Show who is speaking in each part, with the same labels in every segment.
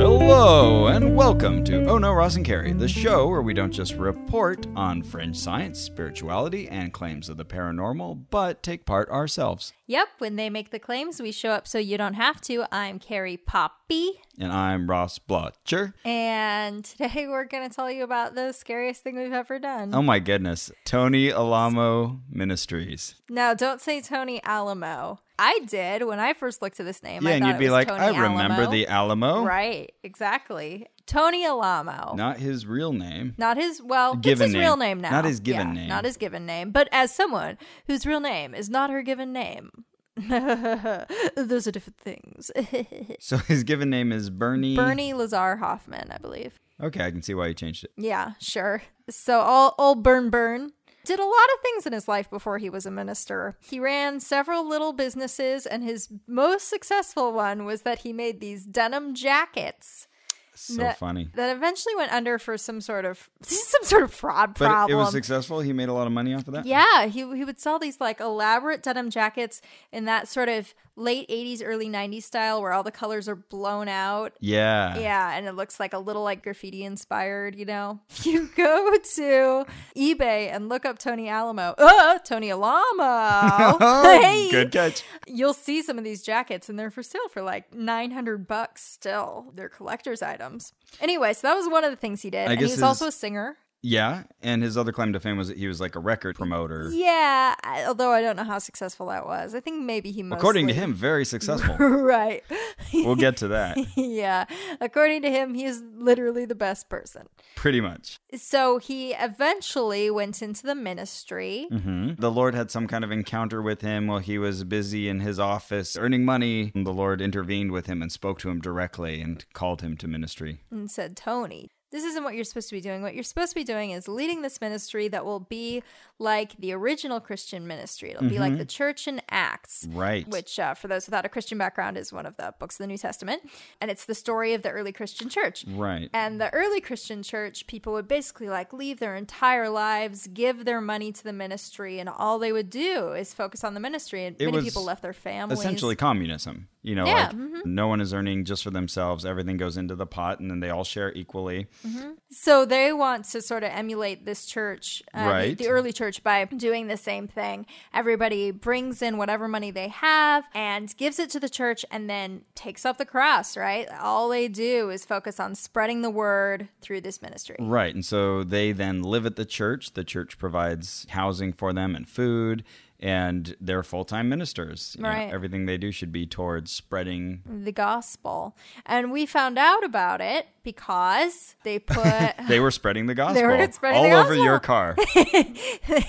Speaker 1: Hello, and welcome to Oh No Ross and Carrie, the show where we don't just report on fringe science, spirituality, and claims of the paranormal, but take part ourselves.
Speaker 2: Yep, when they make the claims, we show up so you don't have to. I'm Carrie Poppy,
Speaker 1: And I'm Ross Blotcher.
Speaker 2: and today we're going to tell you about the scariest thing we've ever done.
Speaker 1: Oh my goodness, Tony Alamo Ministries.
Speaker 2: Now, don't say Tony Alamo. I did when I first looked at this name. I
Speaker 1: yeah, and
Speaker 2: thought
Speaker 1: you'd
Speaker 2: it
Speaker 1: be
Speaker 2: was
Speaker 1: like,
Speaker 2: Tony
Speaker 1: I remember
Speaker 2: Alamo.
Speaker 1: the Alamo.
Speaker 2: Right, exactly. Tony Alamo.
Speaker 1: Not his real name.
Speaker 2: Not his well,
Speaker 1: Given
Speaker 2: it's his
Speaker 1: name.
Speaker 2: real name now.
Speaker 1: Not his given name.
Speaker 2: Not his given name, but as someone whose real name is not her given name. Those are different things.
Speaker 1: So his given name is Bernie.
Speaker 2: Bernie Lazar Hoffman, I believe.
Speaker 1: Okay, I can see why you changed it.
Speaker 2: Yeah, sure. So old, old Burn Burn did a lot of things in his life before he was a minister. He ran several little businesses, and his most successful one was that he made these denim jackets
Speaker 1: So
Speaker 2: that-
Speaker 1: funny.
Speaker 2: that eventually went under for some sort of some sort of fraud
Speaker 1: But
Speaker 2: problem.
Speaker 1: it was successful. He made a lot of money off of that.
Speaker 2: Yeah, he he would sell these like elaborate denim jackets in that sort of late 80s early 90s style where all the colors are blown out.
Speaker 1: Yeah.
Speaker 2: Yeah, and it looks like a little like graffiti inspired, you know. If You go to eBay and look up Tony Alamo. Uh, Tony Alamo.
Speaker 1: Oh,
Speaker 2: hey.
Speaker 1: good catch.
Speaker 2: You'll see some of these jackets and they're for sale for like 900 bucks still. They're collector's items. Anyway, so that was one of the things he did.
Speaker 1: I
Speaker 2: and
Speaker 1: guess
Speaker 2: he was
Speaker 1: his-
Speaker 2: also a singer.
Speaker 1: Yeah, and his other claim to fame was that he was like a record promoter.
Speaker 2: Yeah, I, although I don't know how successful that was. I think maybe he mostly,
Speaker 1: According to him, very successful.
Speaker 2: right.
Speaker 1: we'll get to that
Speaker 2: yeah, according to him, he is literally the best person.
Speaker 1: pretty much.
Speaker 2: So he eventually went into the ministry.
Speaker 1: hmm The Lord had some kind of encounter with him while he was busy in his office earning money. And the Lord intervened with him and spoke to him directly and called him to ministry.
Speaker 2: and said, Tony, this isn't what you're supposed to be doing. What you're supposed to be doing is leading this ministry that will be like the original Christian ministry. It'll be like the church in Acts.
Speaker 1: Mm-hmm. Right.
Speaker 2: Which, uh, for those without a Christian background, is one of the books of the New Testament. And it's the story of the early Christian church.
Speaker 1: Right.
Speaker 2: And the early Christian church, people would basically like leave their entire lives, give their money to the ministry, and all they would do is focus on the ministry. And
Speaker 1: It
Speaker 2: many
Speaker 1: was
Speaker 2: people left their families.
Speaker 1: Essentially communism. You know,
Speaker 2: Yeah, mm-hmm.
Speaker 1: like no one is earning just for themselves. Everything goes into the pot and then they all share equally.
Speaker 2: So they want to sort of emulate this church, uh, the-
Speaker 1: Right.
Speaker 2: the, early church, by doing the same thing. Everybody brings in whatever money they have and gives it to the church and then takes up the cross, right? All they do is focus on spreading the word through this ministry.
Speaker 1: Right. And so they then live at the church. The church provides housing for them and food, and they're full time ministers. You know,
Speaker 2: Right.
Speaker 1: everything they do should be towards spreading.
Speaker 2: The gospel. And we found out about it because they put
Speaker 1: They were spreading the gospel
Speaker 2: were spreading
Speaker 1: all
Speaker 2: the
Speaker 1: over your
Speaker 2: gospel.
Speaker 1: car.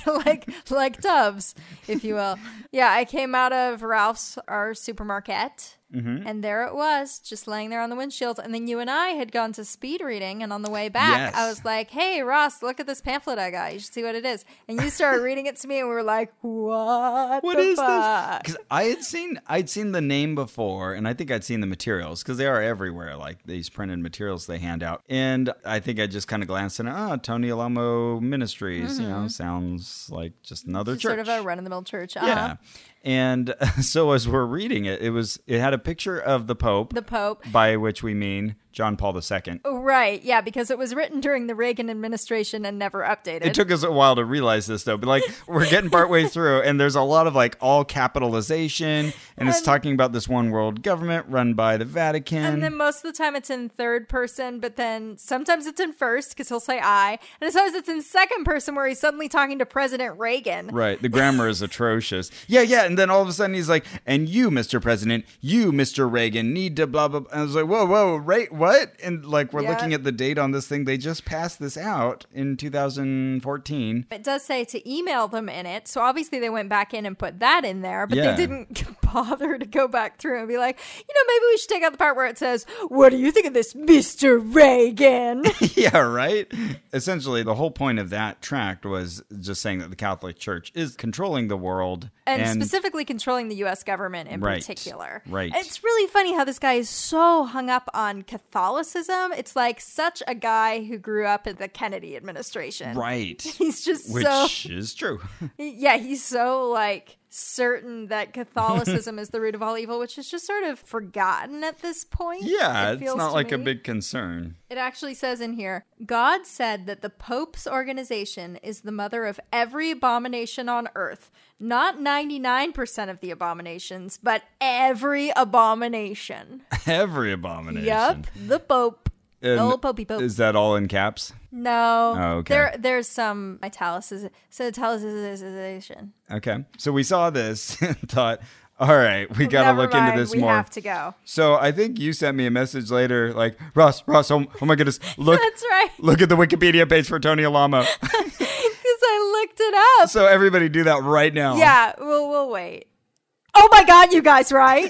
Speaker 2: like like doves, if you will. Yeah, I came out of Ralph's our supermarket,
Speaker 1: Mm-hmm.
Speaker 2: and there it was, just laying there on the windshield. And then you and I had gone to speed reading, and on the way back,
Speaker 1: Yes.
Speaker 2: I was like, "Hey, Ross, look at this pamphlet I got. You should see what it is." And you started reading it to me, and we were like, "What?
Speaker 1: What
Speaker 2: the
Speaker 1: is this?
Speaker 2: fuck?"
Speaker 1: Because I had seen I'd seen the name before, and I think I'd seen the materials because they are everywhere, like these printed materials they hand out. And I think I just kind of glanced at ah Tony Alamo Ministries, you know, sounds like just another
Speaker 2: Mm-hmm. Just
Speaker 1: church,
Speaker 2: Sort of a run-of-the-mill church. Uh-huh.
Speaker 1: Yeah. And so as we're reading it, it was it had a picture of the Pope,
Speaker 2: The Oh, Pope.
Speaker 1: by which we mean John Paul II.
Speaker 2: Right, yeah, because it was written during the Reagan administration and never updated.
Speaker 1: It took us a while to realize this though, but like we're getting partway through and there's a lot of like all capitalization and it's talking about this one world government run by the Vatican.
Speaker 2: And then most of the time it's in third person, but then sometimes it's in first because he'll say I. And sometimes it's in second person where he's suddenly talking to President Reagan.
Speaker 1: Right. The grammar is atrocious. Yeah, yeah. And then all of a sudden he's like, and you, Mr. President, you, Mr. Reagan, need to blah, blah, blah. And I was like, whoa, whoa, right? What? And like, we're
Speaker 2: Yeah.
Speaker 1: looking at the date on this thing. They just passed this out in 2014.
Speaker 2: It does say to email them in it. So obviously they went back in and put that in there, but
Speaker 1: Yeah.
Speaker 2: they didn't bother to go back through and be like, you know, maybe we should take out the part where it says, "What do you think of this, Mister Reagan?"
Speaker 1: yeah, right? Essentially, the whole point of that tract was just saying that the Catholic Church is controlling the world.
Speaker 2: and, specifically controlling the U.S. government in
Speaker 1: Right.
Speaker 2: particular.
Speaker 1: Right.
Speaker 2: It's really funny how this guy is so hung up on Catholicism. It's like such a guy who grew up in the Kennedy administration.
Speaker 1: right.
Speaker 2: He's just
Speaker 1: Which
Speaker 2: so
Speaker 1: is true.
Speaker 2: yeah, he's so like certain that Catholicism is the root of all evil, which is just sort of forgotten at this point.
Speaker 1: Yeah,
Speaker 2: it
Speaker 1: it's
Speaker 2: feels
Speaker 1: not
Speaker 2: to
Speaker 1: like a
Speaker 2: me.
Speaker 1: big concern.
Speaker 2: It actually says in here God said that the Pope's organization is the mother of every abomination on earth. Not 99% of the abominations, but every abomination.
Speaker 1: Every abomination.
Speaker 2: Yep, the Pope.
Speaker 1: And
Speaker 2: the old Popey Oh, Pope.
Speaker 1: Is that all in caps?
Speaker 2: no.
Speaker 1: Oh, okay.
Speaker 2: There, there's some italicis- so italicization.
Speaker 1: Okay. So we saw this and thought, all right, we got to
Speaker 2: Never
Speaker 1: look
Speaker 2: mind,
Speaker 1: into this
Speaker 2: we
Speaker 1: more.
Speaker 2: have to go.
Speaker 1: So I think you sent me a message later, like Ross, Ross, oh, oh my goodness, look,
Speaker 2: That's right.
Speaker 1: look at the Wikipedia page for Tony Alamo.
Speaker 2: Because I looked it up.
Speaker 1: so everybody do that right now.
Speaker 2: yeah, we'll, we'll wait. Oh my God, you guys, right?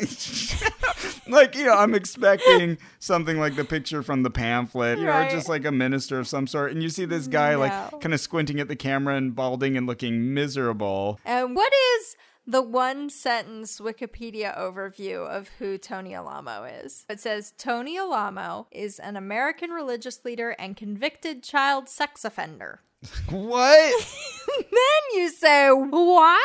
Speaker 1: like you know i'm expecting something like the picture from the pamphlet you know, or
Speaker 2: Right.
Speaker 1: just like a minister of some sort and you see this guy
Speaker 2: No.
Speaker 1: like kind of squinting at the camera and balding and looking miserable
Speaker 2: And what is the one sentence Wikipedia overview of who Tony Alamo is? It says Tony Alamo is an American religious leader and convicted child sex offender.
Speaker 1: what
Speaker 2: then you say, what?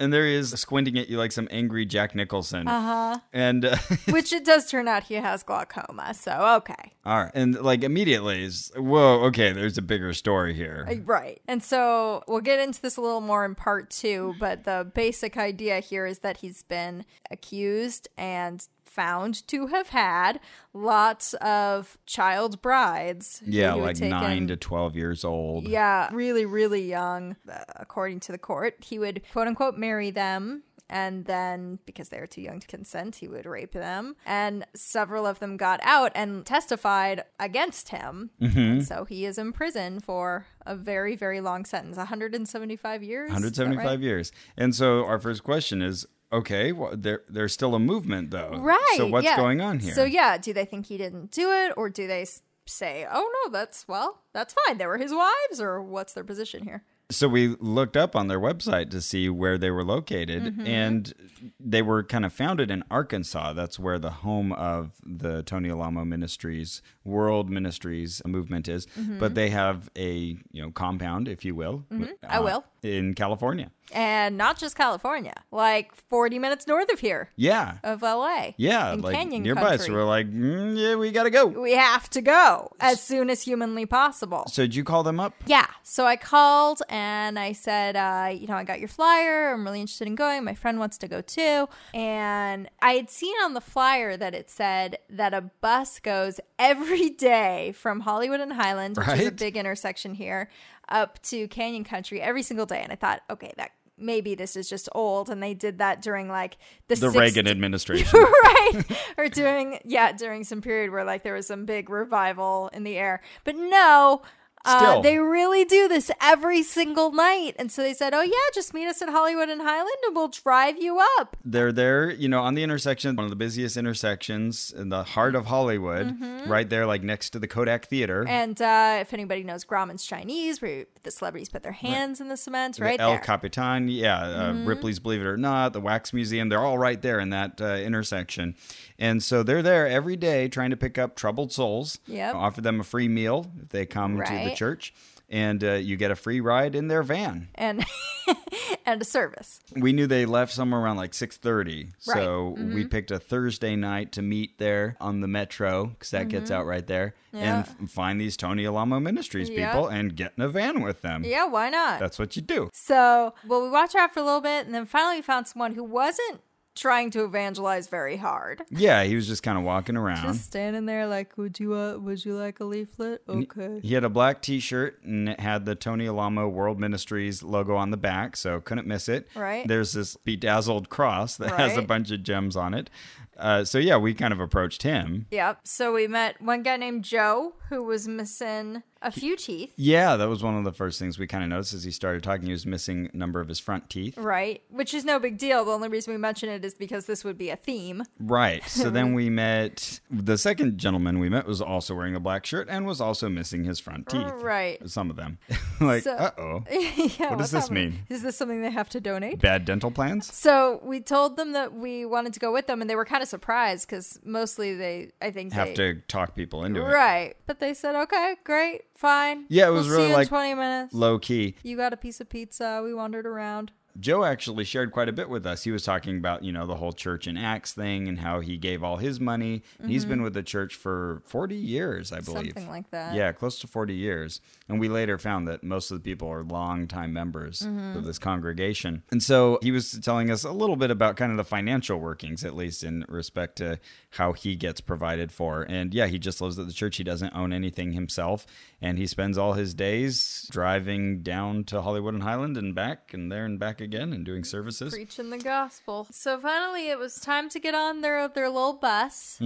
Speaker 1: and there he is squinting at you like some angry jack nicholson uh-huh and uh,
Speaker 2: Which it does turn out he has glaucoma, so okay.
Speaker 1: all right and like immediately is whoa okay there's a bigger story here
Speaker 2: Uh, Right. And so we'll get into this a little more in part two, but the basic idea here is that he's been accused and found to have had lots of child brides. who
Speaker 1: yeah
Speaker 2: he would
Speaker 1: like
Speaker 2: take
Speaker 1: 9
Speaker 2: in-
Speaker 1: to 12 years old
Speaker 2: Yeah, really, really young, uh, according to the court. He would quote unquote marry them. And then, because they were too young to consent, he would rape them. And several of them got out and testified against him.
Speaker 1: Mm-hmm.
Speaker 2: And so he is in prison for a very, very long sentence 175 years. is that
Speaker 1: 175
Speaker 2: right?
Speaker 1: years. And so our first question is okay, well, there, there's still a movement though.
Speaker 2: Right.
Speaker 1: So what's
Speaker 2: yeah.
Speaker 1: going on here?
Speaker 2: So, yeah, do they think he didn't do it? Or do they s- say, oh, no, that's, well, that's fine. They were his wives? Or what's their position here?
Speaker 1: So we looked up on their website to see where they were located,
Speaker 2: Mm-hmm.
Speaker 1: and they were kind of founded in Arkansas. That's where the home of the Tony Alamo Ministries, World Ministries movement is.
Speaker 2: Mm-hmm.
Speaker 1: But they have a you know compound, if you will. uh,
Speaker 2: I will.
Speaker 1: in California.
Speaker 2: and not just California, like 40 minutes north of here,
Speaker 1: Yeah,
Speaker 2: of LA.
Speaker 1: yeah,
Speaker 2: in
Speaker 1: like
Speaker 2: Canyon
Speaker 1: nearby. So
Speaker 2: country.
Speaker 1: we're like, mm, yeah, we gotta go.
Speaker 2: we have to go as soon as humanly possible.
Speaker 1: So did you call them up?
Speaker 2: Yeah. So I called and I said, uh, you know, I got your flyer. I'm really interested in going. My friend wants to go too. And I had seen on the flyer that it said that a bus goes every day from Hollywood and Highland, which is a
Speaker 1: Right.
Speaker 2: big intersection here, up to Canyon Country every single day. And I thought, okay, that maybe this is just old. And they did that during like the,
Speaker 1: The
Speaker 2: 60s
Speaker 1: Reagan administration.
Speaker 2: right or during yeah during some period where like there was some big revival in the air but no uh,
Speaker 1: Still.
Speaker 2: they really do this every single night and so they said oh yeah just meet us at hollywood and highland and we'll drive you up
Speaker 1: they're there, you know, on the intersection, one of the busiest intersections in the heart of Hollywood, right there, like next to the Kodak Theater.
Speaker 2: Mm-hmm. and uh, if anybody knows grauman's chinese where the celebrities put their hands in the cement
Speaker 1: the
Speaker 2: right
Speaker 1: El
Speaker 2: there Mm-hmm.
Speaker 1: Capitan, yeah, uh, Ripley's Believe It or Not, the Wax Museum, they're all right there in that uh, intersection. And so they're there every day trying to pick up troubled souls,
Speaker 2: Yep.
Speaker 1: offer them a free meal if they come to the
Speaker 2: Right.
Speaker 1: church, and uh, you get a free ride in their van.
Speaker 2: and and a service
Speaker 1: we knew they left somewhere around like 6.30 so
Speaker 2: Mm-hmm.
Speaker 1: we picked a thursday night to meet there on the metro because that gets out right there
Speaker 2: Mm-hmm. Yeah.
Speaker 1: and f- find these tony alamo ministries
Speaker 2: Yeah.
Speaker 1: people and get in a van with them
Speaker 2: yeah why not
Speaker 1: that's what you do
Speaker 2: So, well, we watched her out for a little bit, and then finally we found someone who wasn't trying to evangelize very hard.
Speaker 1: yeah he was just kind of walking around
Speaker 2: Just standing there, like, would you, uh, would you like a leaflet? Okay.
Speaker 1: he had a black t-shirt and it had the tony alamo world ministries logo on the back so couldn't miss it
Speaker 2: Right.
Speaker 1: there's this bedazzled cross that has a
Speaker 2: Right.
Speaker 1: bunch of gems on it uh, so yeah we kind of approached him
Speaker 2: Yep. So we met one guy named Joe who was missing a few teeth,
Speaker 1: Yeah, that was one of the first things we kind of noticed as he started talking. He was missing a number of his front teeth.
Speaker 2: right? Which is no big deal. The only reason we mention it is because this would be a theme.
Speaker 1: Right. So then we met the second gentleman we met was also wearing a black shirt and was also missing his front teeth.
Speaker 2: Right.
Speaker 1: Some of them. like,
Speaker 2: So-
Speaker 1: uh oh.
Speaker 2: yeah,
Speaker 1: What does
Speaker 2: what's
Speaker 1: this
Speaker 2: happening?
Speaker 1: mean?
Speaker 2: Is this something they have to donate?
Speaker 1: Bad dental plans?
Speaker 2: So we told them that we wanted to go with them, and they were kind of surprised because mostly they, I think,
Speaker 1: Have
Speaker 2: they,
Speaker 1: to talk people into it.
Speaker 2: right. But they said, "Okay, great, fine."
Speaker 1: Yeah, it was
Speaker 2: we'll
Speaker 1: really
Speaker 2: see you
Speaker 1: like-
Speaker 2: in twenty minutes.
Speaker 1: Low key.
Speaker 2: you got a piece of pizza. We wandered around.
Speaker 1: Joe actually shared quite a bit with us. He was talking about, you know, the whole church and Acts thing and how he gave all his money. And He's been with the church for 40 years, I believe.
Speaker 2: Mm-hmm. Something like that.
Speaker 1: Yeah, close to 40 years. And we later found that most of the people are longtime members of this congregation. And so he was telling us a little bit about kind of the financial workings, at least in respect to how he gets provided for. And yeah, he just lives at the church. He doesn't own anything himself. And he spends all his days driving down to Hollywood and Highland and back and there and back again and doing services.
Speaker 2: Preaching the gospel. So finally, it was time to get on their their little bus,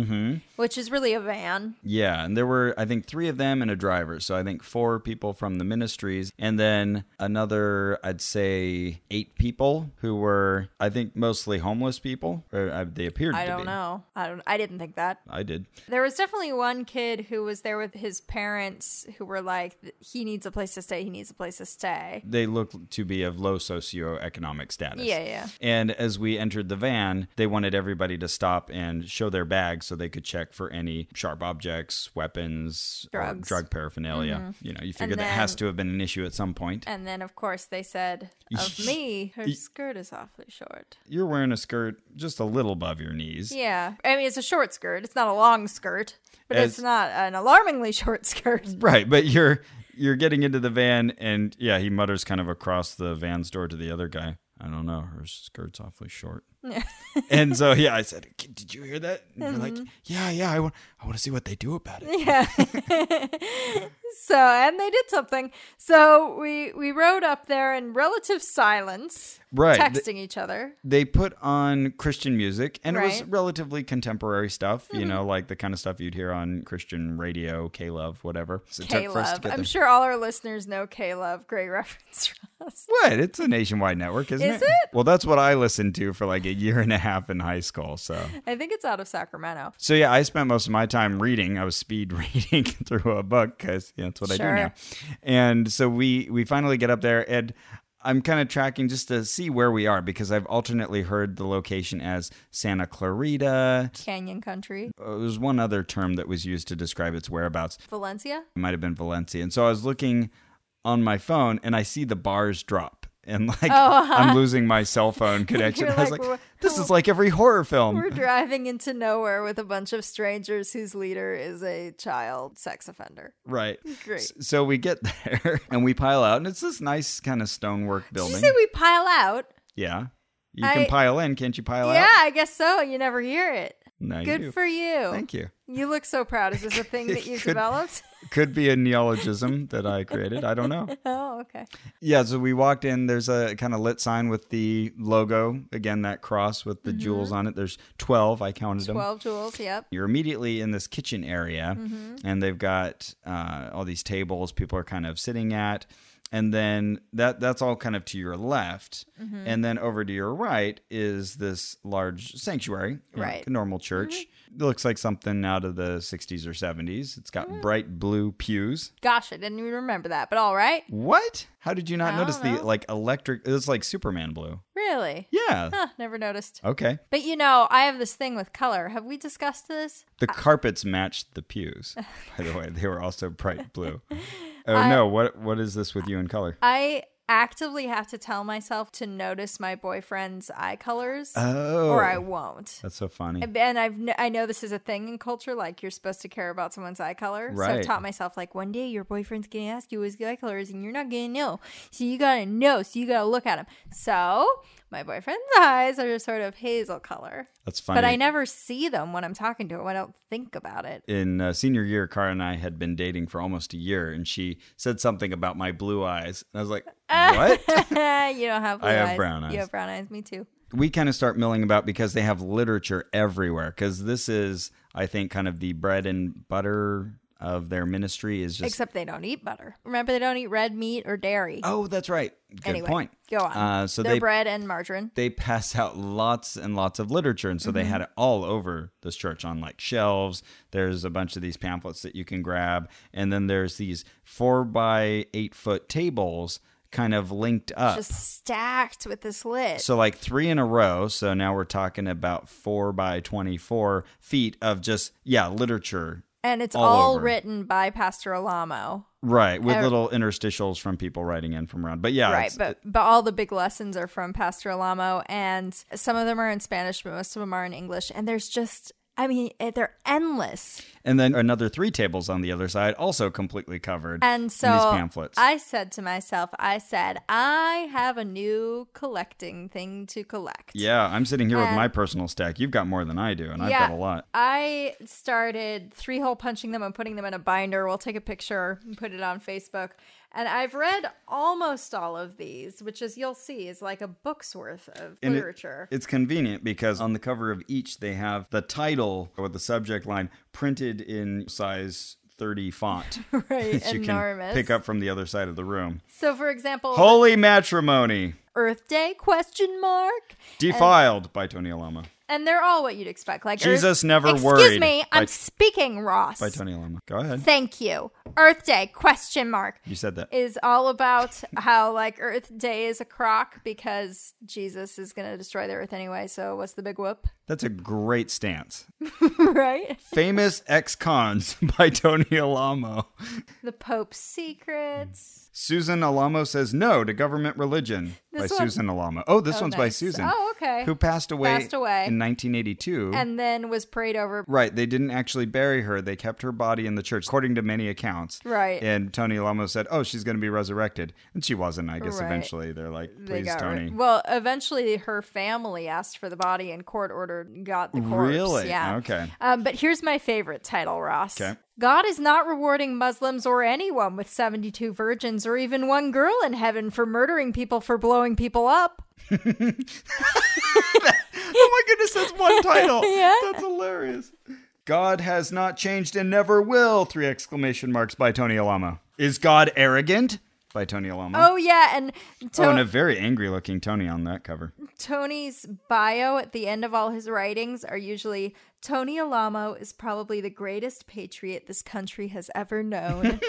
Speaker 2: which is really a van.
Speaker 1: Yeah, and there were I think three of them and a driver, so I think four people from the ministries, and then another I'd say eight people who were I think mostly homeless people. Or uh, they appeared.
Speaker 2: I
Speaker 1: to
Speaker 2: don't
Speaker 1: be.
Speaker 2: know. I don't. I didn't think that.
Speaker 1: I did.
Speaker 2: There was definitely one kid who was there with his parents who were like, he needs a place to stay, he needs a place to stay.
Speaker 1: They looked to be of low socioeconomic status.
Speaker 2: Yeah, yeah.
Speaker 1: And as we entered the van, they wanted everybody to stop and show their bags so they could check for any sharp objects, weapons, or
Speaker 2: Drugs. Mm-hmm.
Speaker 1: drug paraphernalia. You know, you figure that
Speaker 2: then-
Speaker 1: has to have been an issue at some point.
Speaker 2: And then, of course, they said, of me, her skirt is awfully short.
Speaker 1: You're wearing a skirt just a little above your knees.
Speaker 2: Yeah. I mean, it's a short skirt. It's not a long skirt, but
Speaker 1: As-
Speaker 2: it's not an alarmingly short skirt.
Speaker 1: Right, but you're you're getting into the van, and yeah, he mutters kind of across the van's door to the other guy. I don't know, her skirt's awfully short. and so yeah, I said, "K- "Did you hear that?" And you're like, "Yeah, yeah, I want, I want to see what they do about it."
Speaker 2: Mm-hmm. Yeah. so, and they did something. So we we rode up there in relative silence,
Speaker 1: Right, th-
Speaker 2: texting each other.
Speaker 1: They put on Christian music, and it was
Speaker 2: Right. Mm-hmm.
Speaker 1: relatively contemporary stuff. You know, like the kind of stuff you'd hear on Christian radio, K Love, whatever. So it
Speaker 2: K
Speaker 1: took for us to
Speaker 2: Love.
Speaker 1: get
Speaker 2: I'm
Speaker 1: there.
Speaker 2: sure all our listeners know K Love. Great reference for us.
Speaker 1: What? It's a nationwide network, isn't
Speaker 2: Is
Speaker 1: it?
Speaker 2: it?
Speaker 1: Well, that's what I listened to for like a year and a half in high school. So.
Speaker 2: I think it's out of Sacramento.
Speaker 1: So yeah, I spent most of my time reading. I was speed reading through a book because you know, that's what I
Speaker 2: Sure.
Speaker 1: do now. And so we we finally get up there, and I'm kind of tracking just to see where we are because I've alternately heard the location as Santa Clarita.
Speaker 2: Canyon Country.
Speaker 1: Uh, There was one other term that was used to describe its whereabouts.
Speaker 2: Valencia?
Speaker 1: It might have been Valencia. And so I was looking on my phone, and I see the bars drop. And like I'm losing my cell phone connection. I was
Speaker 2: Oh, uh-huh. like,
Speaker 1: like,
Speaker 2: "Wha-
Speaker 1: "This is like every horror film."
Speaker 2: We're driving into nowhere with a bunch of strangers whose leader is a child sex offender.
Speaker 1: Right.
Speaker 2: Great.
Speaker 1: S- So we get there and we pile out, and it's this nice kind of stonework
Speaker 2: Did you
Speaker 1: building.
Speaker 2: say we pile out?
Speaker 1: yeah. You can
Speaker 2: I-
Speaker 1: pile in, can't you pile
Speaker 2: Yeah,
Speaker 1: out?
Speaker 2: I guess so. You never hear it.
Speaker 1: No, you
Speaker 2: Good
Speaker 1: do.
Speaker 2: for you.
Speaker 1: Thank you.
Speaker 2: You look so proud. Is this a thing that you've
Speaker 1: Good.
Speaker 2: developed?
Speaker 1: Could be a neologism that I created. I don't know.
Speaker 2: oh, okay.
Speaker 1: Yeah, so we walked in. There's a kind of lit sign with the logo. Again, that cross with
Speaker 2: Mm-hmm.
Speaker 1: the jewels on it. There's 12. I counted them.
Speaker 2: 12 jewels. Yep.
Speaker 1: you're immediately in this kitchen area
Speaker 2: Mm-hmm.
Speaker 1: and they've got uh, all these tables people are kind of sitting at and then that that's all kind of to your left
Speaker 2: Mm-hmm.
Speaker 1: and then over to your right is this large sanctuary you know,
Speaker 2: Right. Mm-hmm.
Speaker 1: like a normal church it looks like something out of the 60s or 70s it's
Speaker 2: Mm.
Speaker 1: got bright blue pews
Speaker 2: Gosh, I didn't even remember that, but all right.
Speaker 1: what how did you not
Speaker 2: I
Speaker 1: notice
Speaker 2: don't
Speaker 1: the
Speaker 2: know.
Speaker 1: like electric it's like superman blue
Speaker 2: Really?
Speaker 1: yeah
Speaker 2: Huh, never noticed.
Speaker 1: okay
Speaker 2: But you know, I have this thing with color. Have we discussed this?
Speaker 1: The carpets matched the pews. By the way, they were also bright blue. Oh no! What what is this with you in color?
Speaker 2: I actively have to tell myself to notice my boyfriend's eye colors
Speaker 1: Oh,
Speaker 2: or I won't.
Speaker 1: that's so funny.
Speaker 2: And I've kn- I know this is a thing in culture, like you're supposed to care about someone's eye color. So
Speaker 1: Right.
Speaker 2: I've taught myself, like one day your boyfriend's gonna ask you what his eye color is, and you're not gonna know. So you gotta know. So you gotta look at him. So my boyfriend's eyes are sort of hazel color,
Speaker 1: That's funny.
Speaker 2: but I never see them when I'm talking to him. I don't think about it.
Speaker 1: in uh, senior year, Cara and I had been dating for almost a year, and she said something about my blue eyes, and I was like, "What?"
Speaker 2: you don't have. Blue
Speaker 1: I have
Speaker 2: eyes.
Speaker 1: brown eyes.
Speaker 2: You have brown eyes. Me too.
Speaker 1: we kind of start milling about because they have literature everywhere. Because this is, I think, kind of the bread and butter of their ministry is just
Speaker 2: Except they don't eat butter. Remember, they don't eat red meat or dairy.
Speaker 1: Oh, that's right. Good
Speaker 2: anyway,
Speaker 1: point.
Speaker 2: Go on.
Speaker 1: Uh, so
Speaker 2: Their
Speaker 1: they
Speaker 2: bread and margarine.
Speaker 1: they pass out lots and lots of literature, and so they
Speaker 2: Mm-hmm.
Speaker 1: had it all over this church on like shelves. There's a bunch of these pamphlets that you can grab, and then there's these four by eight foot tables kind of linked up.
Speaker 2: Just stacked with this lid.
Speaker 1: so like three in a row. So now we're talking about four by twenty four feet of just yeah literature.
Speaker 2: and it's all,
Speaker 1: all over.
Speaker 2: written by Pastor Alamo.
Speaker 1: Right, with
Speaker 2: Er-
Speaker 1: little interstitials from people writing in from around. But yeah,
Speaker 2: right,
Speaker 1: it's-
Speaker 2: but but all the big lessons are from Pastor Alamo, and some of them are in Spanish, but most of them are in English. And there's just, I mean, eh, they're endless.
Speaker 1: and then another three tables on the other side, also completely covered in
Speaker 2: And so
Speaker 1: these pamphlets.
Speaker 2: I said to myself, I said, I have a new collecting thing to collect.
Speaker 1: Yeah, I'm sitting here with
Speaker 2: And-
Speaker 1: my personal stack. You've got more than I do, and I've
Speaker 2: Yeah.
Speaker 1: got a lot.
Speaker 2: I started three hole punching them and putting them in a binder. We'll take a picture and put it on Facebook. And I've read almost all of these, which is you'll see is like a book's worth of
Speaker 1: And it-
Speaker 2: literature.
Speaker 1: it's convenient because on the cover of each, they have the title or the subject line printed in size 30 font.
Speaker 2: right,
Speaker 1: that you
Speaker 2: enormous.
Speaker 1: can pick up from the other side of the room.
Speaker 2: So, for example,
Speaker 1: Holy Matrimony,
Speaker 2: Earth Day question mark,
Speaker 1: Defiled by Tony Alamo.
Speaker 2: and they're all what you'd expect. Like Earth-
Speaker 1: Jesus Never
Speaker 2: Excuse
Speaker 1: Worried
Speaker 2: me,
Speaker 1: by-
Speaker 2: I'm speaking, Ross.
Speaker 1: By Tony Alamo. Go ahead.
Speaker 2: Thank you. Earth Day question mark.
Speaker 1: You said that.
Speaker 2: is all about how like Earth Day is a crock because Jesus is going to destroy the Earth anyway. So what's the big whoop,
Speaker 1: That's a great stance.
Speaker 2: right?
Speaker 1: Famous Ex Cons by Tony Alamo.
Speaker 2: The Pope's secrets.
Speaker 1: Susan Alamo says no to government religion
Speaker 2: This
Speaker 1: by
Speaker 2: one-
Speaker 1: Susan Alamo. Oh, this
Speaker 2: Oh,
Speaker 1: one's by
Speaker 2: nice.
Speaker 1: Susan.
Speaker 2: Oh, okay.
Speaker 1: Who passed away,
Speaker 2: Passed away.
Speaker 1: in 1982.
Speaker 2: And then was prayed over.
Speaker 1: right, they didn't actually bury her. They kept her body in the church, according to many accounts.
Speaker 2: Right.
Speaker 1: And Tony Alamo said, oh, she's going to be resurrected. And she wasn't, I guess,
Speaker 2: Right.
Speaker 1: eventually. They're like,
Speaker 2: They
Speaker 1: please,
Speaker 2: got rid-
Speaker 1: Tony.
Speaker 2: well, eventually her family asked for the body and court ordered got the corpse.
Speaker 1: Really?
Speaker 2: Yeah.
Speaker 1: Okay.
Speaker 2: Um, but here's my favorite title, Ross.
Speaker 1: Okay.
Speaker 2: God is not rewarding Muslims or anyone with 72 virgins or even one girl in heaven for murdering people for blowing people up.
Speaker 1: oh my goodness, that's one title. That's hilarious. God has not changed and never will, three exclamation marks by Tony Alamo. Is God arrogant? By Tony Alamo.
Speaker 2: Oh yeah, and to-
Speaker 1: Oh, and a very angry looking Tony on that cover.
Speaker 2: Tony's bio at the end of all his writings are usually Tony Alamo is probably the greatest patriot this country has ever known.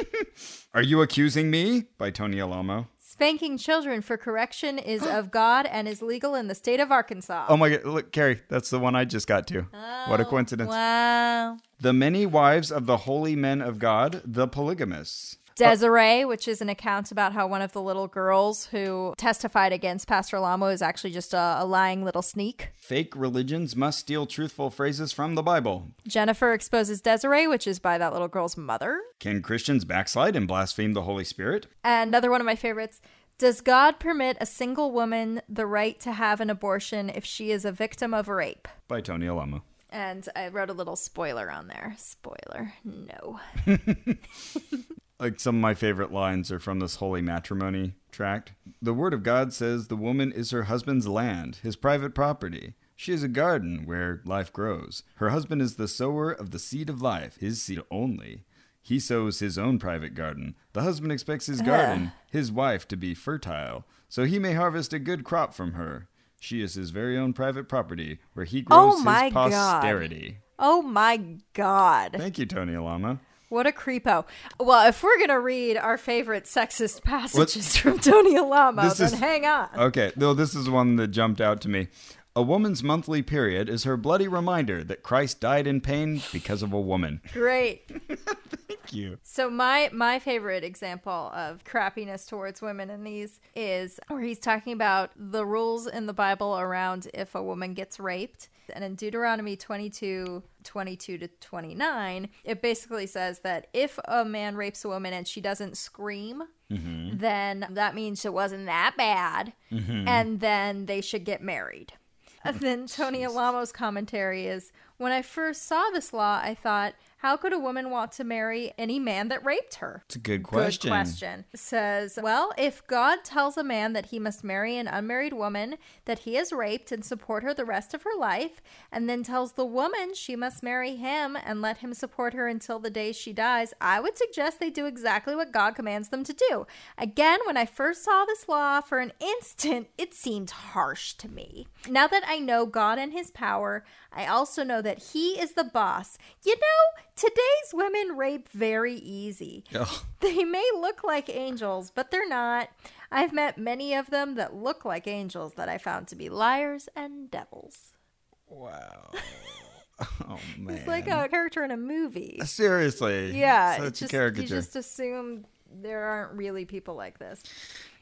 Speaker 1: Are you accusing me? By Tony Alamo.
Speaker 2: Spanking children for correction is of God and is legal in the state of Arkansas.
Speaker 1: Oh my god, look, Carrie, that's the one I just got to. what a coincidence.
Speaker 2: Wow.
Speaker 1: The many wives of the holy men of God, the polygamists.
Speaker 2: Desiree, which is an account about how one of the little girls who testified against Pastor Alamo is actually just a, a lying little sneak.
Speaker 1: Fake religions must steal truthful phrases from the Bible.
Speaker 2: Jennifer exposes Desiree, which is by that little girl's mother.
Speaker 1: Can Christians backslide and blaspheme the Holy Spirit?
Speaker 2: And another one of my favorites. Does God permit a single woman the right to have an abortion if she is a victim of rape?
Speaker 1: By Tony Alamo.
Speaker 2: And I wrote a little spoiler on there. Spoiler, no.
Speaker 1: like some of my favorite lines are from this holy matrimony tract. The word of God says the woman is her husband's land, his private property. She is a garden where life grows. Her husband is the sower of the seed of life, his seed only. He sows his own private garden. The husband expects his garden, his wife, to be fertile, so he may harvest a good crop from her. She is his very own private property, where he
Speaker 2: Oh
Speaker 1: grows
Speaker 2: my
Speaker 1: his
Speaker 2: God.
Speaker 1: posterity.
Speaker 2: Oh my God.
Speaker 1: Thank you, Tony Alamo.
Speaker 2: What a creepo. Well, if we're going to read our favorite sexist passages
Speaker 1: Let's-
Speaker 2: from Tony Alamo,
Speaker 1: This
Speaker 2: then
Speaker 1: is-
Speaker 2: hang on.
Speaker 1: Okay, no, this is one that jumped out to me. A woman's monthly period is her bloody reminder that Christ died in pain because of a woman.
Speaker 2: Great.
Speaker 1: Thank you.
Speaker 2: So my my favorite example of crappiness towards women in these is where he's talking about the rules in the Bible around if a woman gets raped. And in Deuteronomy 22 22 to 29, it basically says that if a man rapes a woman and she doesn't scream, then that means it wasn't that bad. And then they should get married. And then Tony Alamo's commentary is When I first saw this law, I thought, How could a woman want to marry any man that raped her?
Speaker 1: It's a good question.
Speaker 2: Good question. It says, well, if God tells a man that he must marry an unmarried woman that he has raped and support her the rest of her life, and then tells the woman she must marry him and let him support her until the day she dies, I would suggest they do exactly what God commands them to do. Again, when I first saw this law, for an instant, it seemed harsh to me. Now that I know God and his power, I also know that he is the boss. You know, today's women rape very easy.
Speaker 1: Ugh.
Speaker 2: They may look like angels, but they're not. I've met many of them that look like angels that I found to be liars and devils.
Speaker 1: Wow. Oh man.
Speaker 2: It's like a character in a movie.
Speaker 1: Seriously.
Speaker 2: Yeah,
Speaker 1: Such
Speaker 2: it's just,
Speaker 1: a caricature.
Speaker 2: you just assume there aren't really people like this.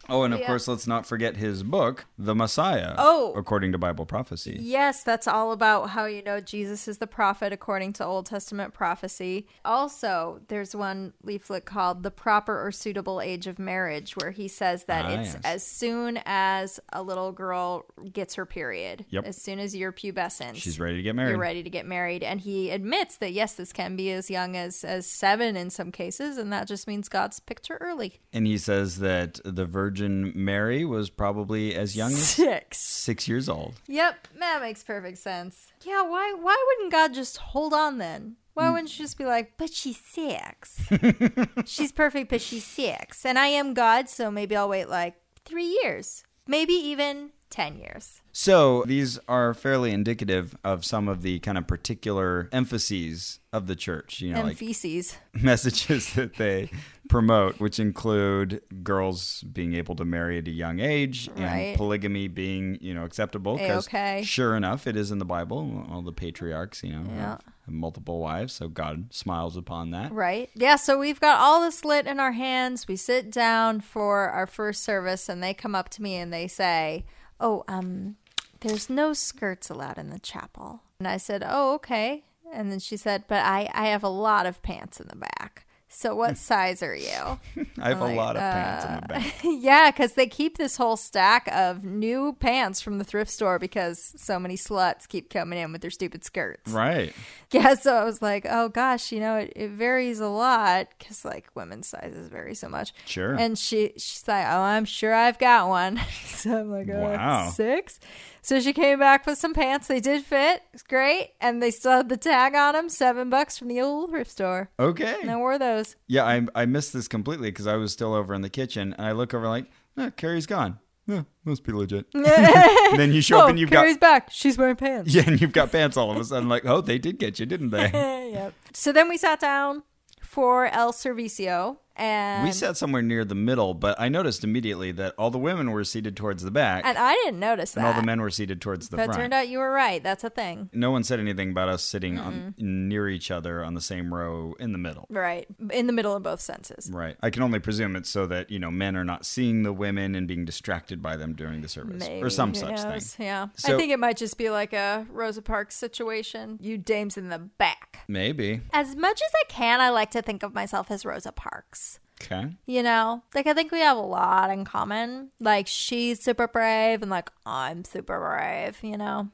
Speaker 1: Oh, and of
Speaker 2: Yeah.
Speaker 1: course, let's not forget his book, The Messiah.
Speaker 2: Oh.
Speaker 1: according to Bible prophecy.
Speaker 2: Yes, that's all about how you know Jesus is the prophet according to Old Testament prophecy. Also, there's one leaflet called The Proper or Suitable Age of Marriage where he says that
Speaker 1: Ah,
Speaker 2: it's
Speaker 1: yes.
Speaker 2: as soon as a little girl gets her period,
Speaker 1: Yep.
Speaker 2: as soon as you're pubescent.
Speaker 1: She's ready to get married.
Speaker 2: You're ready to get married. And he admits that yes, this can be as young as as seven in some cases, and that just means God's picked her early.
Speaker 1: And he says that the Virgin Mary was probably as young as
Speaker 2: Six.
Speaker 1: six years old.
Speaker 2: Yep, that makes perfect sense. Mm. Yeah, why why wouldn't God just hold on then? Why wouldn't she just be like, but she's six. she's perfect, but she's six. And I am God, so maybe I'll wait like three years. Maybe even ten years.
Speaker 1: So these are fairly indicative of some of the kind of particular emphases of the church, you know,
Speaker 2: and
Speaker 1: like
Speaker 2: feces.
Speaker 1: messages that they promote, which include girls being able to marry at a young age
Speaker 2: Right.
Speaker 1: and polygamy being, you know, acceptable. 'cause
Speaker 2: A-okay.
Speaker 1: sure enough, it is in the Bible. All the patriarchs, you know, have-
Speaker 2: Yeah.
Speaker 1: have multiple wives, so God smiles upon that.
Speaker 2: Right. Yeah, so we've got all this lit in our hands. We sit down for our first service and they come up to me and they say, "Oh, um there's no skirts allowed in the chapel." And I said, "Oh, okay." And then she said, "But I I have a lot of pants in the back. So what size are you?"
Speaker 1: I have
Speaker 2: like, uh,
Speaker 1: a lot of pants in the back.
Speaker 2: yeah, cuz they keep this whole stack of new pants from the thrift store because so many sluts keep coming in with their stupid skirts.
Speaker 1: Right.
Speaker 2: Yeah, so I was like, oh gosh, you know, it, it varies a lot because like women's sizes vary so much.
Speaker 1: Sure.
Speaker 2: And she she's like, oh, I'm sure I've got one. so I'm like, oh,
Speaker 1: Wow.
Speaker 2: six. So she came back with some pants. They did fit. It's great, and they still had the tag on them. Seven bucks from the old thrift store.
Speaker 1: Okay.
Speaker 2: And I wore those.
Speaker 1: Yeah, I, I missed this completely because I was still over in the kitchen and I look over like, oh, Carrie's gone. Yeah, must be legit. And then you show
Speaker 2: oh,
Speaker 1: up and you've
Speaker 2: Carrie's
Speaker 1: got
Speaker 2: back. She's wearing pants.
Speaker 1: yeah, and you've got pants all of a sudden. Like, oh, they did get you, didn't they?
Speaker 2: yep. So then we sat down for El Servicio, and
Speaker 1: we sat somewhere near the middle, but I noticed immediately that all the women were seated towards the back
Speaker 2: and I didn't notice that.
Speaker 1: and all the men were seated towards the
Speaker 2: but
Speaker 1: front.
Speaker 2: turned out you were right. That's a thing.
Speaker 1: no one said anything about us sitting on near each other on the same row in the middle.
Speaker 2: Right. In the middle in both senses.
Speaker 1: Right. I can only presume it's so that, you know, men are not seeing the women and being distracted by them during the service or some
Speaker 2: Who
Speaker 1: such thing.
Speaker 2: knows? Yeah. I
Speaker 1: So-
Speaker 2: think it might just be like a Rosa Parks situation. You dames in the back.
Speaker 1: Maybe.
Speaker 2: As much as I can, I like to think of myself as Rosa Parks.
Speaker 1: Okay.
Speaker 2: You know, like I think we have a lot in common. Like she's super brave and like I'm super brave, you know.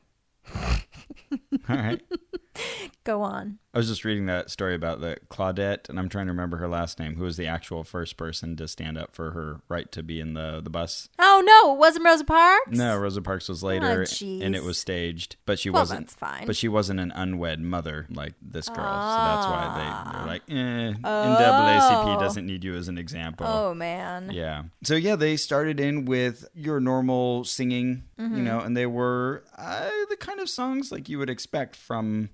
Speaker 1: All right.
Speaker 2: Go on.
Speaker 1: I was just reading that story about the Claudette, and I'm trying to remember her last name, who was the actual first person to stand up for her right to be in the, the bus.
Speaker 2: Oh no, it wasn't Rosa Parks?
Speaker 1: No, Rosa Parks was later,
Speaker 2: oh, jeez.
Speaker 1: and it was staged, but she
Speaker 2: Well,
Speaker 1: wasn't.
Speaker 2: that's fine.
Speaker 1: But she wasn't an unwed mother like this girl, so that's why they they're like, eh, NAACP
Speaker 2: Ah. Oh.
Speaker 1: doesn't need you as an example.
Speaker 2: Oh man.
Speaker 1: Yeah. So yeah, they started in with your normal singing,
Speaker 2: Mm-hmm.
Speaker 1: you know, and they were uh, the kind of songs like you would expect from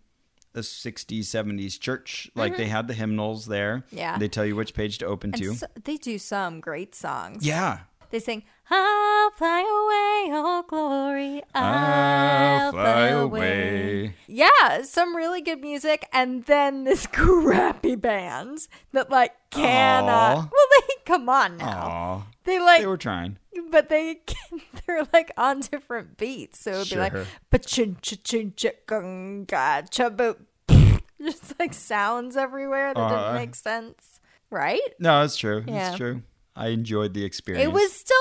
Speaker 1: a 60s, 70s church. Like they had the hymnals there.
Speaker 2: Mm-hmm. Yeah.
Speaker 1: They tell you which page to open to.
Speaker 2: So- they do some great songs.
Speaker 1: yeah.
Speaker 2: They sing, I'll fly away, oh glory, I'll,
Speaker 1: I'll fly away.
Speaker 2: Yeah, some really good music, and then this crappy band that like cannot.
Speaker 1: Aw.
Speaker 2: Well, they come on now.
Speaker 1: Aw.
Speaker 2: They like,
Speaker 1: They were trying.
Speaker 2: but they can, they're like on different beats, so it'd be
Speaker 1: Sure.
Speaker 2: like, pachin cha chin cha gunga cha boo. Just like sounds everywhere that
Speaker 1: Uh.
Speaker 2: didn't make sense, right?
Speaker 1: No, it's true.
Speaker 2: Yeah.
Speaker 1: It's true. I enjoyed the experience.
Speaker 2: It was still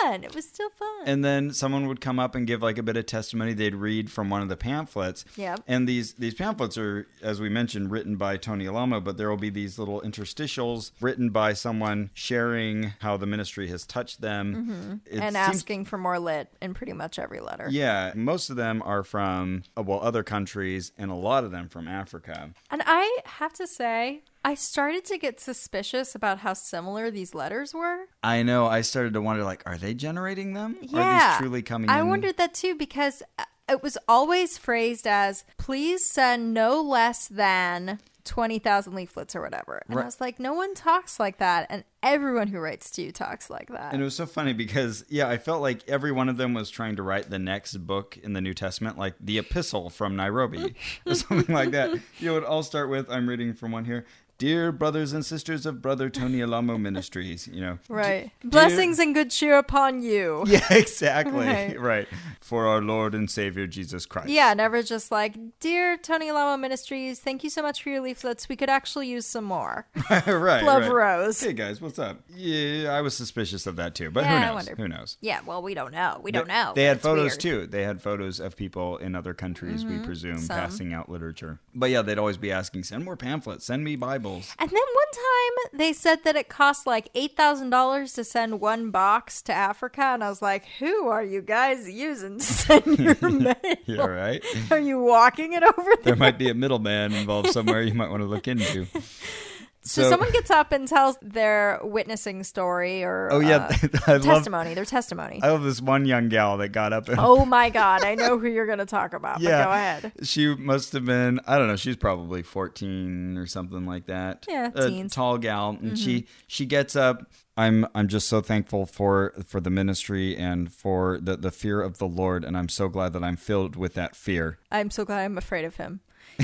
Speaker 2: fun. It was still fun.
Speaker 1: and then someone would come up and give like a bit of testimony they'd read from one of the pamphlets
Speaker 2: Yep.
Speaker 1: and these these pamphlets are as we mentioned written by tony alamo but there will be these little interstitials written by someone sharing how the ministry has touched them It
Speaker 2: Mm-hmm.
Speaker 1: seems-
Speaker 2: and asking for more lit in pretty much every letter.
Speaker 1: yeah most of them are from uh, well other countries and a lot of them from africa
Speaker 2: And I have to say, I started to get suspicious about how similar these letters were.
Speaker 1: i know i started to wonder like are they generating them are
Speaker 2: Yeah.
Speaker 1: these truly coming
Speaker 2: I
Speaker 1: in?
Speaker 2: wondered that too because uh, it was always phrased as please send no less than 20,000 leaflets or whatever. And
Speaker 1: Right.
Speaker 2: I was like, no one talks like that. And everyone who writes to you talks like that.
Speaker 1: And uh, it was so funny because, yeah, I felt like every one of them was trying to write the next book in the New Testament, like the Epistle from Nairobi or something like that. You know, it all start with I'm reading from one here. Dear brothers and sisters of Brother Tony Alamo Ministries, you know.
Speaker 2: right. Blessings and good cheer upon you.
Speaker 1: Yeah, exactly.
Speaker 2: Right.
Speaker 1: Right. For our Lord and Savior Jesus Christ.
Speaker 2: Yeah, never just like, dear Tony Lama Ministries, thank you so much for your leaflets. We could actually use some more.
Speaker 1: right.
Speaker 2: Love
Speaker 1: right.
Speaker 2: Rose.
Speaker 1: Hey guys, what's up? Yeah, I was suspicious of that too, but
Speaker 2: Yeah, I
Speaker 1: who knows?
Speaker 2: wonder.
Speaker 1: Who knows?
Speaker 2: Yeah, well, we don't know. We don't know.
Speaker 1: They
Speaker 2: but
Speaker 1: had
Speaker 2: it's
Speaker 1: photos
Speaker 2: weird. Mm-hmm.
Speaker 1: too. They had photos of people in other countries, we presume,
Speaker 2: some.
Speaker 1: passing out literature. But yeah, they'd always be asking, send more pamphlets, send me Bibles.
Speaker 2: And then one time they said that it cost like eight thousand dollars to send one box to Africa, and I was like, "Who are you guys using to send your mail?
Speaker 1: Yeah, right?
Speaker 2: Are you walking it over
Speaker 1: there
Speaker 2: there?"
Speaker 1: might be a middleman involved somewhere you might want to look into.
Speaker 2: So, someone gets up and tells their witnessing story or
Speaker 1: Oh, yeah.
Speaker 2: uh,
Speaker 1: I, love,
Speaker 2: testimony, their testimony.
Speaker 1: I love this one young gal that got up and.
Speaker 2: oh my god, I know who you're going to talk about.
Speaker 1: yeah.
Speaker 2: But go ahead.
Speaker 1: She must have been, I don't know, she's probably 14 or something like that.
Speaker 2: Yeah,
Speaker 1: a
Speaker 2: teens. Mm-hmm.
Speaker 1: tall gal and she she gets up I'm I'm just so thankful for for the ministry and for the the fear of the Lord and I'm so glad that I'm filled with that fear.
Speaker 2: I'm so glad I'm afraid of him.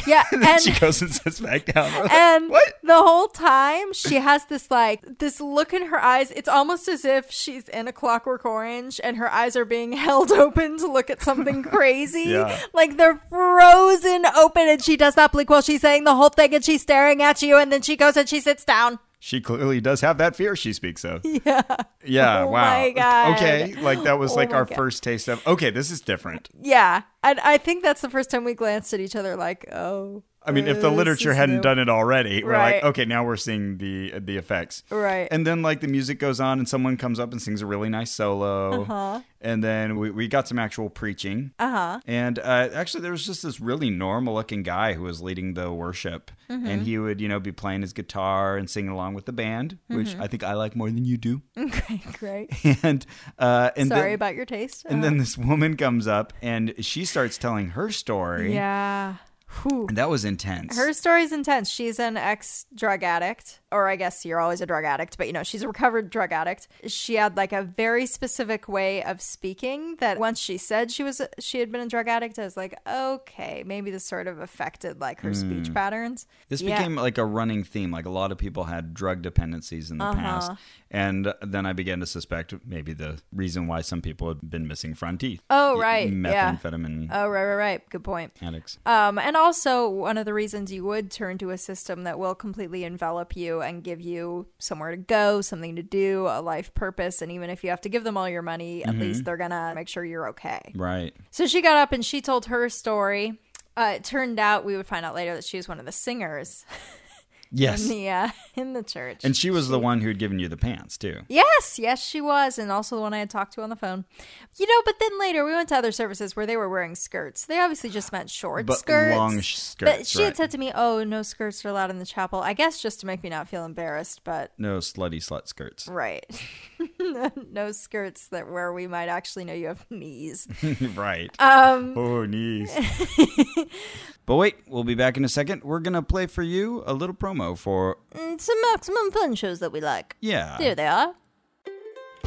Speaker 2: Yeah,
Speaker 1: And
Speaker 2: and
Speaker 1: she goes and sits back down. We're like,
Speaker 2: and
Speaker 1: what?
Speaker 2: the whole time she has this like this look in her eyes it's almost as if she's in a clockwork orange and her eyes are being held open to look at something crazy
Speaker 1: Yeah.
Speaker 2: like they're frozen open and she does not blink while she's saying the whole thing and she's staring at you and then she goes and she sits down
Speaker 1: She clearly does have that fear she speaks of.
Speaker 2: yeah
Speaker 1: Yeah,
Speaker 2: Oh
Speaker 1: wow.
Speaker 2: my God.
Speaker 1: Okay, like that was
Speaker 2: Oh
Speaker 1: like
Speaker 2: my
Speaker 1: our
Speaker 2: God.
Speaker 1: first taste of okay, this is different.
Speaker 2: yeah and i think that's the first time we glanced at each other like oh
Speaker 1: I mean, if the
Speaker 2: this
Speaker 1: literature
Speaker 2: is
Speaker 1: hadn't
Speaker 2: new.
Speaker 1: done it already, we're
Speaker 2: Right.
Speaker 1: like, okay, now we're seeing the the effects.
Speaker 2: Right.
Speaker 1: And then like the music goes on, and someone comes up and sings a really nice solo. Uh-huh. And then we, we got some actual preaching. Uh-huh. And uh, actually, there was just this really normal looking guy who was leading the worship,
Speaker 2: Mm-hmm.
Speaker 1: and he would you know be playing his guitar and singing along with the band, which
Speaker 2: Mm-hmm.
Speaker 1: I think I like more than you do.
Speaker 2: okay great
Speaker 1: and uh, and
Speaker 2: sorry
Speaker 1: then,
Speaker 2: about your taste
Speaker 1: and
Speaker 2: Uh,
Speaker 1: then this woman comes up and she starts telling her story.
Speaker 2: yeah Whew.
Speaker 1: And that was intense.
Speaker 2: Her story's intense. She's an ex drug addict, or I guess you're always a drug addict, but you know, she's a recovered drug addict. She had like a very specific way of speaking that once she said she was she had been a drug addict, I was like, okay, maybe this sort of affected like her speech patterns.
Speaker 1: This
Speaker 2: Yeah.
Speaker 1: became like a running theme. Like a lot of people had drug dependencies in the
Speaker 2: Uh-huh.
Speaker 1: past. And then I began to suspect maybe the reason why some people had been missing front teeth.
Speaker 2: Oh,
Speaker 1: Y-
Speaker 2: right. Yeah.
Speaker 1: Methamphetamine
Speaker 2: Oh right, right, right. Good point.
Speaker 1: addicts.
Speaker 2: Um, and also one of the reasons you would turn to a system that will completely envelop you and give you somewhere to go, something to do, a life purpose, and even if you have to give them all your money, at least they're gonna make sure you're okay.
Speaker 1: Right.
Speaker 2: So she got up and she told her story. Uh, it turned out we would find out later that she was one of the singers in
Speaker 1: Yes.
Speaker 2: the uh, in the church.
Speaker 1: And she was the one who'd given you the pants, too.
Speaker 2: yes, yes, she was, and also the one I had talked to on the phone. You know, but then later we went to other services where they were wearing skirts. They obviously just meant short
Speaker 1: But
Speaker 2: skirts.
Speaker 1: long sh- skirts.
Speaker 2: but she had
Speaker 1: right.
Speaker 2: said to me, "Oh, no skirts are allowed in the chapel." I guess just to make me not feel embarrassed, but
Speaker 1: no slutty slut skirts.
Speaker 2: right, no skirts that where we might actually know you have knees.
Speaker 1: right.
Speaker 2: Um,
Speaker 1: oh, knees. but wait, we'll be back in a second. We're going to play for you a little promo for.
Speaker 2: And Mm, some maximum fun shows that we like.
Speaker 1: Yeah.
Speaker 2: There they are.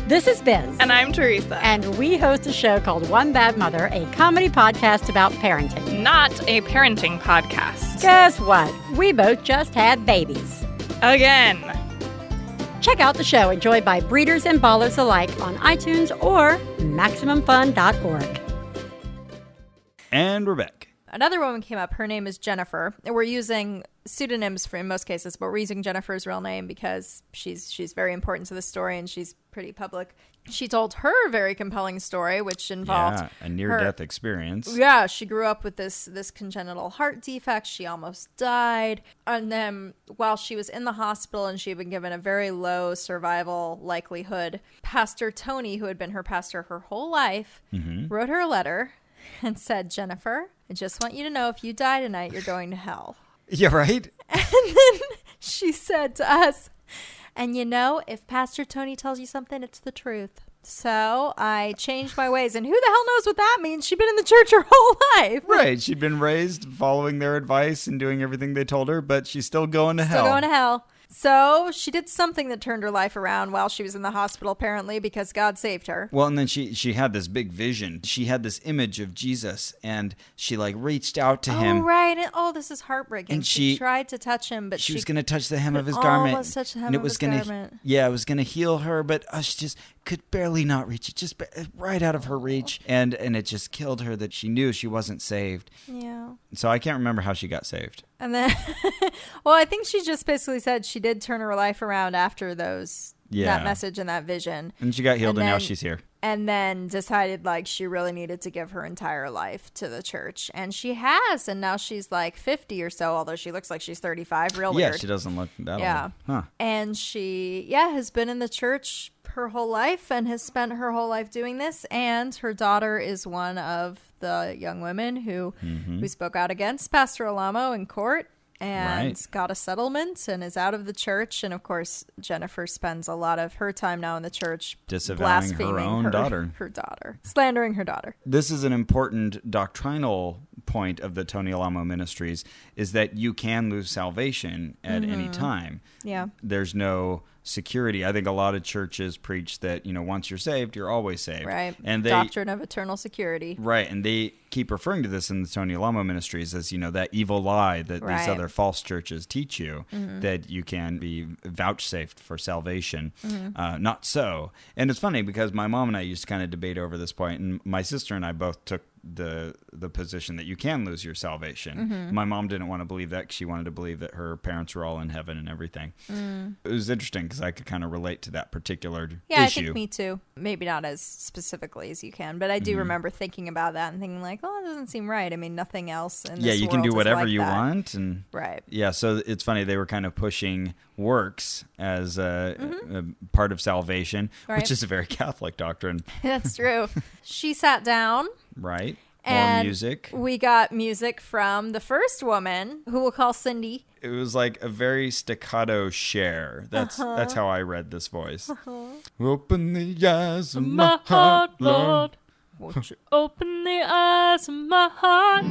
Speaker 3: This is Biz.
Speaker 4: And I'm Teresa.
Speaker 3: And we host a show called One Bad Mother, a comedy podcast about parenting.
Speaker 4: Not a parenting podcast.
Speaker 3: Guess what? We both just had babies.
Speaker 4: Again.
Speaker 3: Check out the show enjoyed by breeders and ballers alike on iTunes or MaximumFun.org.
Speaker 1: And we're back.
Speaker 2: Another woman came up. Her name is Jennifer. And we're using pseudonyms for in most cases, but we're using Jennifer's real name because she's she's very important to the story and she's pretty public. She told her very compelling story, which involved
Speaker 1: Yeah, a near
Speaker 2: her-
Speaker 1: death experience.
Speaker 2: Yeah, she grew up with this this congenital heart defect. She almost died, and then while she was in the hospital and she had been given a very low survival likelihood, Pastor Tony, who had been her pastor her whole life, wrote her a letter and said, "Jennifer, I just want you to know if you die tonight, you're going to hell."
Speaker 1: Yeah, right?
Speaker 2: She said to us, "And you know, if Pastor Tony tells you something, it's the truth." So I changed my ways, and who the hell knows what that means? She'd been in the church her whole life.
Speaker 1: Right. She'd been raised following their advice and doing everything they told her, but she's still going to hell.
Speaker 2: Still going to hell. So she did something that turned her life around while she was in the hospital, apparently, because God saved her.
Speaker 1: Well, and then she she had this big vision. She had this image of Jesus, and she like reached out to him.
Speaker 2: Oh, right. And, oh, this is heartbreaking.
Speaker 1: And
Speaker 2: she,
Speaker 1: she-
Speaker 2: tried to touch him, but
Speaker 1: She
Speaker 2: she,
Speaker 1: was going to touch the hem
Speaker 2: could
Speaker 1: of his garment,
Speaker 2: almost touch the hem
Speaker 1: and it
Speaker 2: of
Speaker 1: was
Speaker 2: his
Speaker 1: going to
Speaker 2: garment.
Speaker 1: yeah, it was going to heal her, but uh, she just could barely not reach it, just ba- uh, right out of her reach, and and it just killed her that she knew she wasn't saved.
Speaker 2: Yeah.
Speaker 1: So I can't remember how she got saved.
Speaker 2: And then, well, I think she just basically said she did turn her life around after those
Speaker 1: Yeah.
Speaker 2: that message and that vision,
Speaker 1: And she got healed,
Speaker 2: And
Speaker 1: and now
Speaker 2: then-
Speaker 1: she's here.
Speaker 2: and then decided like she really needed to give her entire life to the church, and she has, and now she's like fifty or so, although she looks like she's thirty-five. Real
Speaker 1: Yeah,
Speaker 2: weird.
Speaker 1: she doesn't look that
Speaker 2: Yeah.
Speaker 1: old. Oh, Huh.
Speaker 2: and she yeah has been in the church her whole life and has spent her whole life doing this and her daughter is one of the young women who
Speaker 1: Mm-hmm.
Speaker 2: who spoke out against pastor alamo in court and
Speaker 1: Right.
Speaker 2: got a settlement and is out of the church and of course jennifer spends a lot of her time now in the church
Speaker 1: Disavowing her
Speaker 2: blaspheming
Speaker 1: own daughter.
Speaker 2: her daughter slandering her daughter
Speaker 1: this is an important doctrinal point of the Tony Alamo Ministries is that you can lose salvation at any time.
Speaker 2: Mm-hmm. Yeah.
Speaker 1: There's no security. I think a lot of churches preach that, you know, once you're saved, you're always saved.
Speaker 2: right
Speaker 1: And they
Speaker 2: doctrine of eternal security
Speaker 1: Right, and they keep referring to this in the Tony Alamo Ministries as you know that evil lie that
Speaker 2: Right. Mm-hmm.
Speaker 1: these other false churches teach you that you can be vouchsafed for salvation.
Speaker 2: Mm-hmm.
Speaker 1: Uh, not so, and it's funny because my mom and I used to kind of debate over this point, and my sister and I both took the the position that you can lose your salvation.
Speaker 2: Mm-hmm.
Speaker 1: My mom didn't want to believe that; 'cause she wanted to believe that her parents were all in heaven and everything. It was interesting because I could kind of relate to that particular
Speaker 2: Mm. Yeah,
Speaker 1: issue.
Speaker 2: I think me too. Maybe not as specifically as you can, but I
Speaker 1: Mm-hmm.
Speaker 2: do remember thinking about that and thinking like, "Oh, that doesn't seem right." I mean, nothing else. In
Speaker 1: yeah,
Speaker 2: this
Speaker 1: you can
Speaker 2: world
Speaker 1: do
Speaker 2: is
Speaker 1: whatever
Speaker 2: like
Speaker 1: you
Speaker 2: that.
Speaker 1: want, and
Speaker 2: right?
Speaker 1: Yeah, so it's funny they were kind of pushing works as a, a part of salvation,
Speaker 2: Mm-hmm. Right.
Speaker 1: which is a very Catholic doctrine,
Speaker 2: That's true. she sat down,
Speaker 1: right? More
Speaker 2: and
Speaker 1: music.
Speaker 2: We got music from the first woman, who we'll call Cindy.
Speaker 1: It was like a very staccato share. That's
Speaker 2: Uh-huh.
Speaker 1: that's how I read this voice. Open the eyes of my heart, Lord.
Speaker 2: Won't you open the eyes of my heart?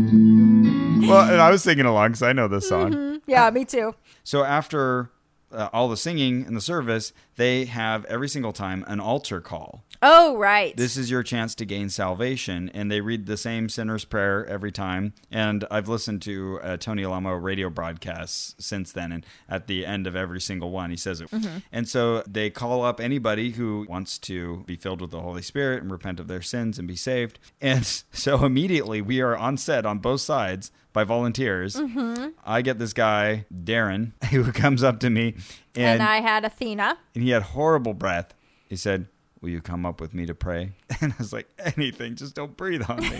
Speaker 1: Well, and I was singing along because I know this song.
Speaker 2: Yeah, me too.
Speaker 1: So after uh, all the singing and the service, they have every single time an altar call.
Speaker 2: Oh, right.
Speaker 1: this is your chance to gain salvation and they read the same sinner's prayer every time and i've listened to uh, tony alamo radio broadcasts since then and at the end of every single one he says it
Speaker 2: Mm-hmm.
Speaker 1: and so they call up anybody who wants to be filled with the holy spirit and repent of their sins and be saved and so immediately we are on set on both sides by volunteers
Speaker 2: Mm-hmm.
Speaker 1: i get this guy darren who comes up to me
Speaker 2: and
Speaker 1: and,
Speaker 2: I had Athena.
Speaker 1: and he had horrible breath. He said, "Will you come up with me to pray?" And I was like, "Anything, just don't breathe on me."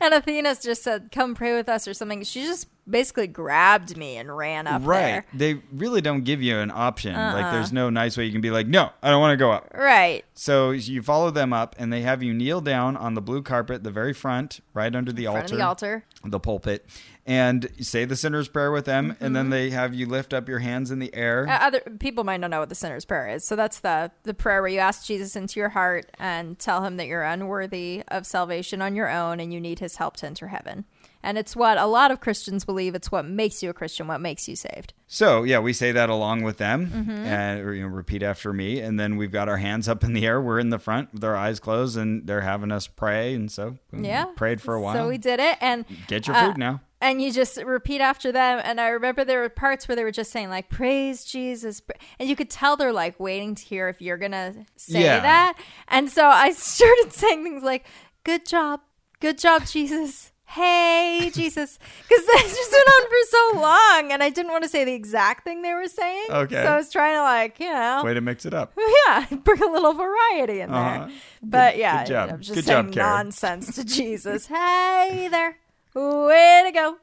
Speaker 2: And Athena's just said, "Come pray with us" or something. She just basically grabbed me and ran up
Speaker 1: right? They really don't give you an option. Like, there's
Speaker 2: Uh-uh.
Speaker 1: no nice way you can be like, "No, I don't want to go up."
Speaker 2: there. Right.
Speaker 1: So you follow them up, and they have you kneel down on the blue carpet, the very front, right under the
Speaker 2: front
Speaker 1: altar,
Speaker 2: of the altar.
Speaker 1: the pulpit, and you say the sinner's prayer with them,
Speaker 2: Mm-hmm.
Speaker 1: and then they have you lift up your hands in the air.
Speaker 2: Uh, Other people might not know what the sinner's prayer is, so that's the the prayer where you ask Jesus into your heart and tell him that you're unworthy of salvation on your own and you need his help to enter heaven. And it's what a lot of Christians believe. It's what makes you a Christian. What makes you saved.
Speaker 1: So yeah, we say that along with them,
Speaker 2: Mm-hmm.
Speaker 1: and or, you know, repeat after me, and then we've got our hands up in the air. We're in the front with our eyes closed, and they're having us pray, and so we
Speaker 2: Yeah.
Speaker 1: prayed for a while.
Speaker 2: So we did it, and
Speaker 1: Get your
Speaker 2: uh,
Speaker 1: food now.
Speaker 2: and you just repeat after them and i remember there were parts where they were just saying like praise jesus pra-" and you could tell they're like waiting to hear if you're gonna say
Speaker 1: Yeah.
Speaker 2: that and so i started saying things like good job Good job, Jesus. Hey, Jesus. Because this just went on for so long, and I didn't want to say the exact thing they were saying.
Speaker 1: Okay.
Speaker 2: So I was trying to, like, you know,
Speaker 1: Way to mix it up.
Speaker 2: yeah, bring a little variety in
Speaker 1: Uh-huh.
Speaker 2: there. But yeah,
Speaker 1: good job.
Speaker 2: I'm just
Speaker 1: Good
Speaker 2: saying
Speaker 1: job, Karen.
Speaker 2: nonsense to Jesus. hey there. Way to go.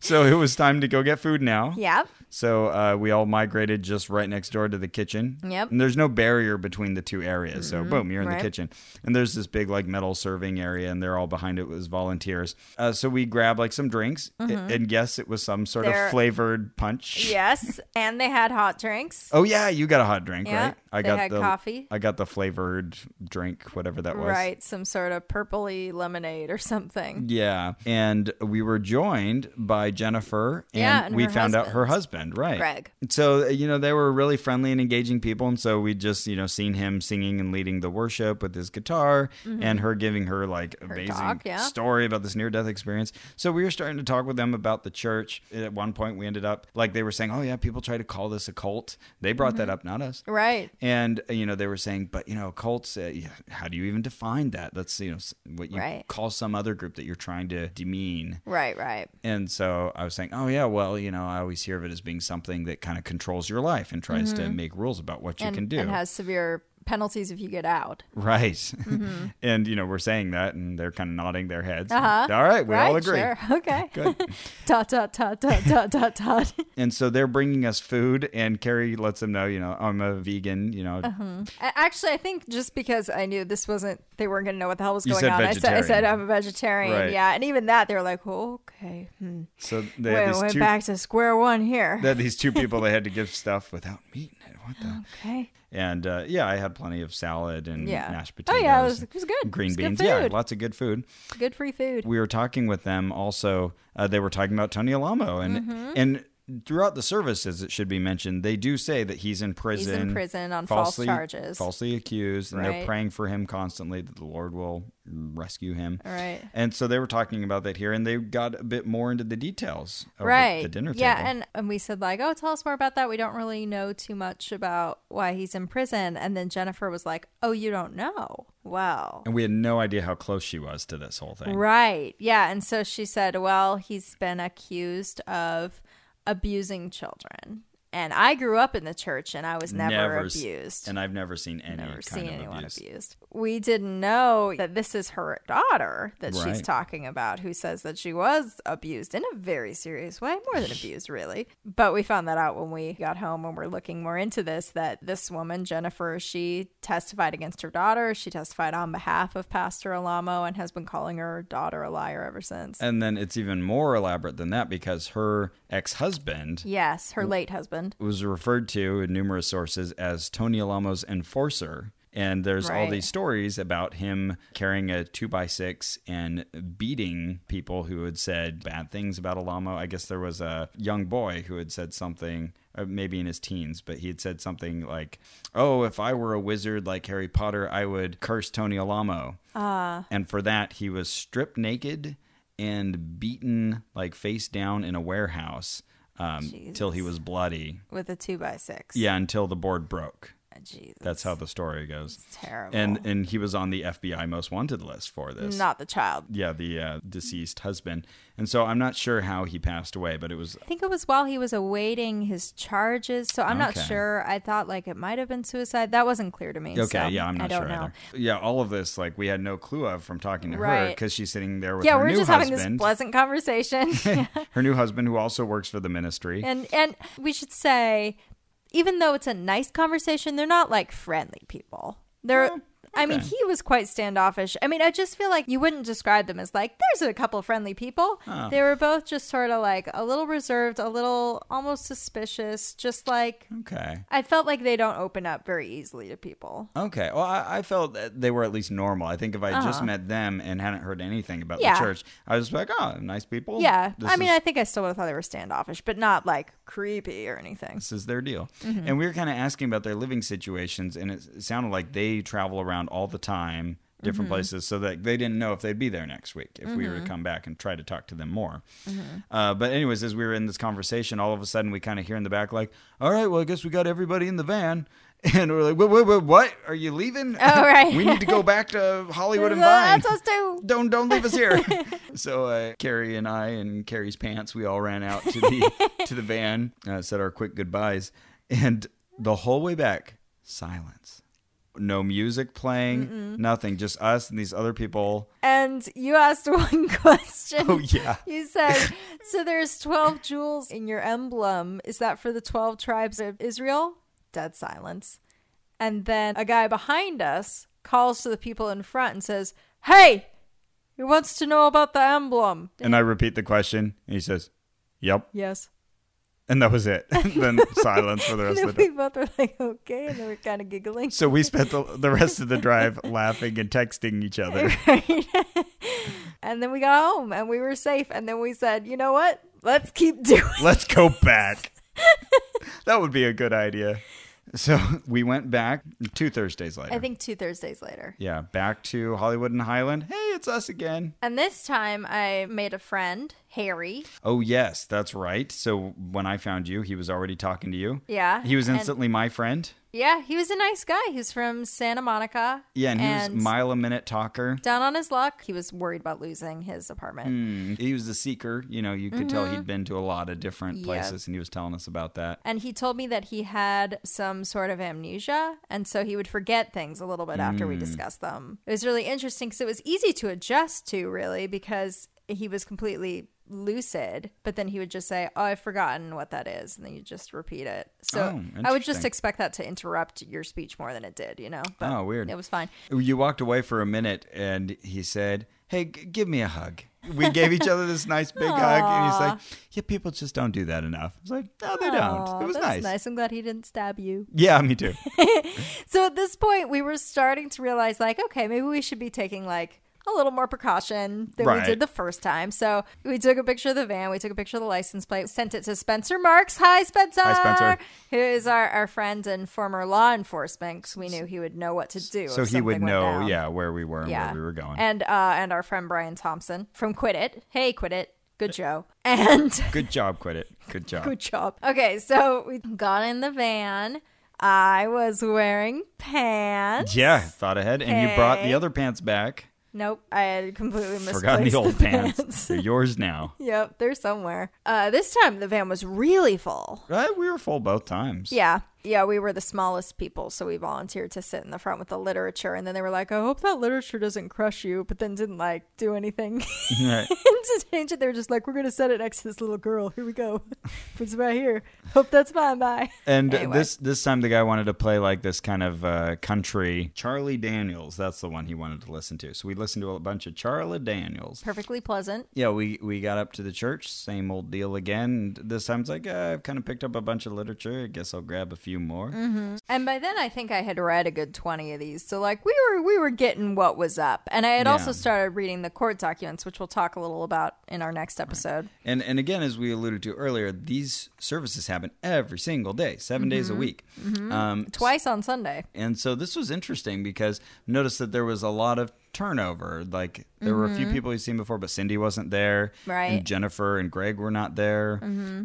Speaker 1: So it was time to go get food now.
Speaker 2: Yep.
Speaker 1: So uh, we all migrated just right next door to the kitchen.
Speaker 2: Yep. Mm-hmm.
Speaker 1: And there's no barrier between the two areas. So boom, you're in
Speaker 2: Right.
Speaker 1: the kitchen. And there's this big like metal serving area, and they're all behind it was volunteers. Uh, so we grabbed like some drinks, a- and yes, it was some sort
Speaker 2: Mm-hmm. They're-
Speaker 1: of flavored punch.
Speaker 2: Yes. And they had hot drinks.
Speaker 1: Oh yeah, you got a hot drink,
Speaker 2: Yeah,
Speaker 1: right? I
Speaker 2: they
Speaker 1: got
Speaker 2: had
Speaker 1: the
Speaker 2: coffee.
Speaker 1: I got the flavored drink, whatever that was.
Speaker 2: Right. Some sort of purpley lemonade or something.
Speaker 1: Yeah, and we were joined by Jennifer, and,
Speaker 2: Yeah, and
Speaker 1: we
Speaker 2: her
Speaker 1: found out her husband, right?
Speaker 2: Greg.
Speaker 1: So you know they were really friendly and engaging people, and so we just you know seen him singing and leading the worship with his guitar, and her giving her like amazing
Speaker 2: Mm-hmm. talk, yeah.
Speaker 1: story about this near death experience. So we were starting to talk with them about the church. At one point, we ended up like they were saying, "Oh yeah, people try to call this a cult." They brought that
Speaker 2: Mm-hmm.
Speaker 1: up, not us.
Speaker 2: Right.
Speaker 1: And uh, you know they were saying, but you know, cults. Uh, yeah, how do you even define that? That's you know s- what you
Speaker 2: Right.
Speaker 1: call some other group that you're trying to demean.
Speaker 2: Right. Right.
Speaker 1: And so I was saying, oh yeah, well you know I always hear of it as being something that kind of controls your life and tries to make rules about what you
Speaker 2: Mm-hmm. and,
Speaker 1: can do.
Speaker 2: and has severe penalties if you get out.
Speaker 1: right. and you know we're saying that, and they're kind of nodding their heads.
Speaker 2: Mm-hmm. Uh-huh.
Speaker 1: All right, we
Speaker 2: right?
Speaker 1: all agree.
Speaker 2: Sure. Okay.
Speaker 1: Good.
Speaker 2: dot dot dot dot dot dot dot.
Speaker 1: And so they're bringing us food, and Carrie lets them know, you know, I'm a vegan. You know,
Speaker 2: Uh-huh. A- Actually, I think just because I knew this wasn't, they weren't going to know what the hell was
Speaker 1: You
Speaker 2: going
Speaker 1: said
Speaker 2: on. I said, I said
Speaker 1: vegetarian.
Speaker 2: I'm a vegetarian.
Speaker 1: Right.
Speaker 2: Yeah, and even that, they were like, okay, hmm.
Speaker 1: so they
Speaker 2: Wait,
Speaker 1: have
Speaker 2: went
Speaker 1: these two.
Speaker 2: back to square one here.
Speaker 1: they had these two people they had to give stuff without meat. in it. What the?
Speaker 2: okay.
Speaker 1: And uh, yeah, I had plenty of salad and
Speaker 2: Yeah.
Speaker 1: mashed
Speaker 2: Oh,
Speaker 1: potatoes.
Speaker 2: yeah, it was-
Speaker 1: and
Speaker 2: it was good. It
Speaker 1: Green
Speaker 2: was good
Speaker 1: beans. Yeah,
Speaker 2: food.
Speaker 1: lots of good food.
Speaker 2: Good free food.
Speaker 1: We were talking with them also. Uh, they were talking about Tony Alamo and
Speaker 2: Mm-hmm.
Speaker 1: and throughout the services, it should be mentioned, they do say that he's in prison.
Speaker 2: prison on false charges.
Speaker 1: falsely accused, and
Speaker 2: Right.
Speaker 1: they're praying for him constantly that the Lord will rescue him.
Speaker 2: Right.
Speaker 1: And so they were talking about that here, and they got a bit more into the details. Over
Speaker 2: Right.
Speaker 1: The dinner
Speaker 2: yeah,
Speaker 1: table.
Speaker 2: and and we said like, "Oh, tell us more about that. We don't really know too much about why he's in prison." And then Jennifer was like, "Oh, you don't know? Well,
Speaker 1: And we had no idea how close she was to this whole thing.
Speaker 2: Right. Yeah. And so she said, well, he's been accused of abusing children. And I grew up in the church and I was never,
Speaker 1: s-
Speaker 2: abused.
Speaker 1: And I've never seen any
Speaker 2: never
Speaker 1: kind
Speaker 2: seen
Speaker 1: of
Speaker 2: anyone
Speaker 1: abuse.
Speaker 2: abused. We didn't know that this is her daughter that she's
Speaker 1: Right.
Speaker 2: talking about, who says that she was abused in a very serious way, more than abused, really. But we found that out when we got home and we're looking more into this that this woman, Jennifer, she testified against her daughter. She testified on behalf of Pastor Alamo and has been calling her daughter a liar ever since.
Speaker 1: And then it's even more elaborate than that because her ex-husband
Speaker 2: yes, her late husband.
Speaker 1: was referred to in numerous sources as Tony Alamo's enforcer. And there's all
Speaker 2: Right.
Speaker 1: these stories about him carrying a two by six and beating people who had said bad things about Alamo. I guess there was a young boy who had said something, uh, maybe in his teens, but he had said something like, Oh, if I were a wizard like Harry Potter, I would curse Tony Alamo. And for that, he was stripped naked and beaten like face down in a warehouse um, till he was bloody.
Speaker 2: With a two by six.
Speaker 1: Yeah, until the board broke.
Speaker 2: Jesus.
Speaker 1: That's how the story goes.
Speaker 2: terrible.
Speaker 1: And and he was on the FBI most wanted list for this.
Speaker 2: Not the child.
Speaker 1: yeah, the uh, deceased husband. And so I'm not sure how he passed away, but it was
Speaker 2: I think it was while he was awaiting his charges. So I'm not
Speaker 1: Okay.
Speaker 2: sure. I thought like it might have been suicide. That wasn't clear to me.
Speaker 1: okay.
Speaker 2: so
Speaker 1: yeah, I'm
Speaker 2: I
Speaker 1: not
Speaker 2: don't
Speaker 1: sure
Speaker 2: know.
Speaker 1: either. Yeah, all of this like we had no clue of from talking to her
Speaker 2: Right.
Speaker 1: because she's sitting there with
Speaker 2: Yeah,
Speaker 1: her
Speaker 2: we're
Speaker 1: new
Speaker 2: just
Speaker 1: husband,
Speaker 2: having this pleasant conversation.
Speaker 1: her new husband who also works for the ministry.
Speaker 2: and and we should say even though it's a nice conversation, they're not like friendly people. They're
Speaker 1: Oh,
Speaker 2: I mean, he was quite standoffish. I mean, I just feel like you wouldn't describe them as like there's a couple friendly people.
Speaker 1: Oh.
Speaker 2: They were both just sort of like a little reserved, a little almost suspicious, just like
Speaker 1: okay.
Speaker 2: I felt like they don't open up very easily to people.
Speaker 1: Okay. Well, I, I felt that they were at least normal. I think if I had just met them and hadn't heard anything about
Speaker 2: Uh-huh. Yeah.
Speaker 1: the church, I was like, oh, nice people.
Speaker 2: Yeah.
Speaker 1: This
Speaker 2: I mean,
Speaker 1: is-
Speaker 2: I think I still would have thought they were standoffish, but not like creepy or anything.
Speaker 1: this is their deal.
Speaker 2: Mm-hmm.
Speaker 1: And we were kind of asking about their living situations, and it sounded like they travel around all the time,
Speaker 2: Mm-hmm.
Speaker 1: different places, so that they didn't know if they'd be there next week if we were to come back and try to talk to them more.
Speaker 2: Mm-hmm.
Speaker 1: Uh, but, anyways, as we were in this conversation, all of a sudden we kind of hear in the back, like, all right, well, I guess we got everybody in the van. and we're like, wait, wait, wait, what? Are you leaving?
Speaker 2: Oh, right. "Oh,
Speaker 1: we need to go back to Hollywood and Vine.
Speaker 2: That's us too.
Speaker 1: don't don't leave us here. so uh, Carrie and I and Carrie's pants, we all ran out to the to the van, uh, said our quick goodbyes, and the whole way back, silence, no music playing, nothing, just us and these other people.
Speaker 2: And you asked one question.
Speaker 1: Oh yeah.
Speaker 2: You said, so there's 12 jewels in your emblem. Is that for the 12 tribes of Israel? Dead silence. And then a guy behind us calls to the people in front and says, Hey, who wants to know about the emblem?
Speaker 1: And I repeat the question, and he says, "Yep,"
Speaker 2: Yes.
Speaker 1: and that was it. then silence for the rest
Speaker 2: And
Speaker 1: of
Speaker 2: then
Speaker 1: the
Speaker 2: we
Speaker 1: day.
Speaker 2: both were like, okay. And then we we're kind of giggling.
Speaker 1: So we spent the, the rest of the drive laughing and texting each other.
Speaker 2: and then we got home and we were safe. And then we said, you know what? Let's keep doing
Speaker 1: Let's go back. that would be a good idea. So we went back two Thursdays later.
Speaker 2: I think two Thursdays later.
Speaker 1: yeah, back to Hollywood and Highland. Hey, it's us again.
Speaker 2: And this time I made a friend, Harry.
Speaker 1: Oh, yes, that's right. So when I found you, he was already talking to you.
Speaker 2: Yeah.
Speaker 1: He was
Speaker 2: and-
Speaker 1: instantly my friend.
Speaker 2: Yeah, he was a nice guy. He's from Santa Monica.
Speaker 1: Yeah, and he was mile a minute talker.
Speaker 2: down on his luck. He was worried about losing his apartment.
Speaker 1: He was the seeker. You know, you could tell he'd been to a lot of different
Speaker 2: Mm-hmm. Yeah.
Speaker 1: places, and he was telling us about that.
Speaker 2: And he told me that he had some sort of amnesia, and so he would forget things a little bit after
Speaker 1: Hmm.
Speaker 2: we discussed them. It was really interesting because it was easy to adjust to, really, because he was completely lucid, but then he would just say, Oh, I've forgotten what that is. And then you just repeat it. So
Speaker 1: Oh,
Speaker 2: I would just
Speaker 1: interesting.
Speaker 2: expect that to interrupt your speech more than it did, you know? But
Speaker 1: Oh, weird.
Speaker 2: It was fine.
Speaker 1: You walked away for a minute, and he said, "Hey, g- give me a hug." We gave each other this nice big hug, and he's like, "Yeah, people just don't do that enough." I was like, "No, they
Speaker 2: Aw,
Speaker 1: don't." It was
Speaker 2: that's
Speaker 1: nice.
Speaker 2: nice. I'm glad he didn't stab you.
Speaker 1: Yeah, me too.
Speaker 2: So at this point, we were starting to realize, like, okay, maybe we should be taking like a little more precaution than we
Speaker 1: Right.
Speaker 2: did the first time. So we took a picture of the van, we took a picture of the license plate, sent it to Spencer Marks. Hi, Spencer.
Speaker 1: Hi, Spencer.
Speaker 2: Who is our, our friend and former law enforcement? 'cause we knew he would know what to do. if
Speaker 1: so he would
Speaker 2: something went
Speaker 1: know,
Speaker 2: down.
Speaker 1: yeah, where we were and where we were going.
Speaker 2: And uh, and our friend Brian Thompson from Quit It. Hey, Quit It. Good show. And
Speaker 1: Good job, quit it. Good job.
Speaker 2: Good job. Okay, so we got in the van. I was wearing pants.
Speaker 1: Yeah, thought ahead, and you brought
Speaker 2: Okay.
Speaker 1: the other pants back.
Speaker 2: Nope, I had completely misplaced
Speaker 1: Forgot the old pants.
Speaker 2: pants.
Speaker 1: They're yours now.
Speaker 2: yep, they're somewhere. Uh, this time the van was really full.
Speaker 1: Right? Uh, We were full both times.
Speaker 2: Yeah, yeah, we were the smallest people, so we volunteered to sit in the front with the literature, and then they were like, "I hope that literature doesn't crush you," but then didn't like do anything
Speaker 1: Right.
Speaker 2: to change it. They were just like, "We're gonna set it next to this little girl. Here we go. it's right here. Hope that's fine. Bye."
Speaker 1: And
Speaker 2: Anyway.
Speaker 1: this this time the guy wanted to play like this kind of uh, country Charlie Daniels. That's the one he wanted to listen to. So we listened to a bunch of Charlie Daniels.
Speaker 2: Perfectly pleasant.
Speaker 1: Yeah, we we got up to the church, same old deal again. And This time it's like uh, I've kind of picked up a bunch of literature. I guess I'll grab a few more.
Speaker 2: And by then, I think I had read a good twenty of these. So like we were we were getting what was up, and I had
Speaker 1: Yeah.
Speaker 2: also started reading the court documents, which we'll talk a little about in our next episode.
Speaker 1: And and again, as we alluded to earlier, these services happen every single day, 7 days a week. Um,
Speaker 2: Twice on Sunday.
Speaker 1: And so this was interesting because notice that there was a lot of turnover. Like there were a few people you'd seen before, but Cindy wasn't there.
Speaker 2: Mm-hmm. Right. Mm-hmm.
Speaker 1: And Jennifer and Greg were not there.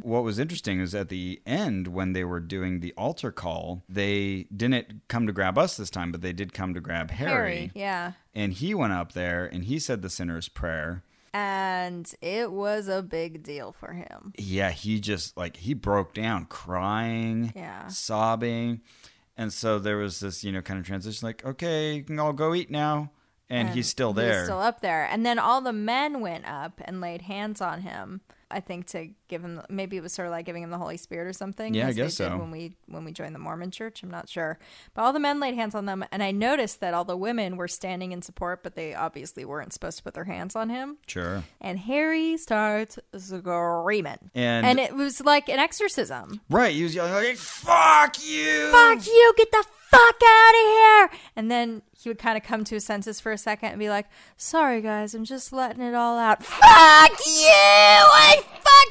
Speaker 1: What was interesting is at the end when they were doing the altar call, they didn't come to grab us this time, but they did come to grab Harry.
Speaker 2: yeah,
Speaker 1: And he went up there and he said the sinner's prayer.
Speaker 2: and it was a big deal for him.
Speaker 1: yeah, he just like he broke down crying,
Speaker 2: Yeah.
Speaker 1: sobbing. And so there was this, you know, kind of transition like, okay, you can all go eat now. And, he's still
Speaker 2: He was
Speaker 1: there.
Speaker 2: still up there, and then all the men went up and laid hands on him. I think to give him, maybe it was sort of like giving him the Holy Spirit or something.
Speaker 1: Yeah, I
Speaker 2: as they
Speaker 1: guess
Speaker 2: did
Speaker 1: so.
Speaker 2: When we when we joined the Mormon Church, I'm not sure, but all the men laid hands on them, and I noticed that all the women were standing in support, but they obviously weren't supposed to put their hands on him.
Speaker 1: sure.
Speaker 2: And Harry starts screaming,
Speaker 1: And-
Speaker 2: and it was like an exorcism.
Speaker 1: Right. He was yelling like, fuck you.
Speaker 2: fuck you, get the fuck out of here. And then he would kind of come to his senses for a second and be like, sorry guys, I'm just letting it all out. Fuck you! I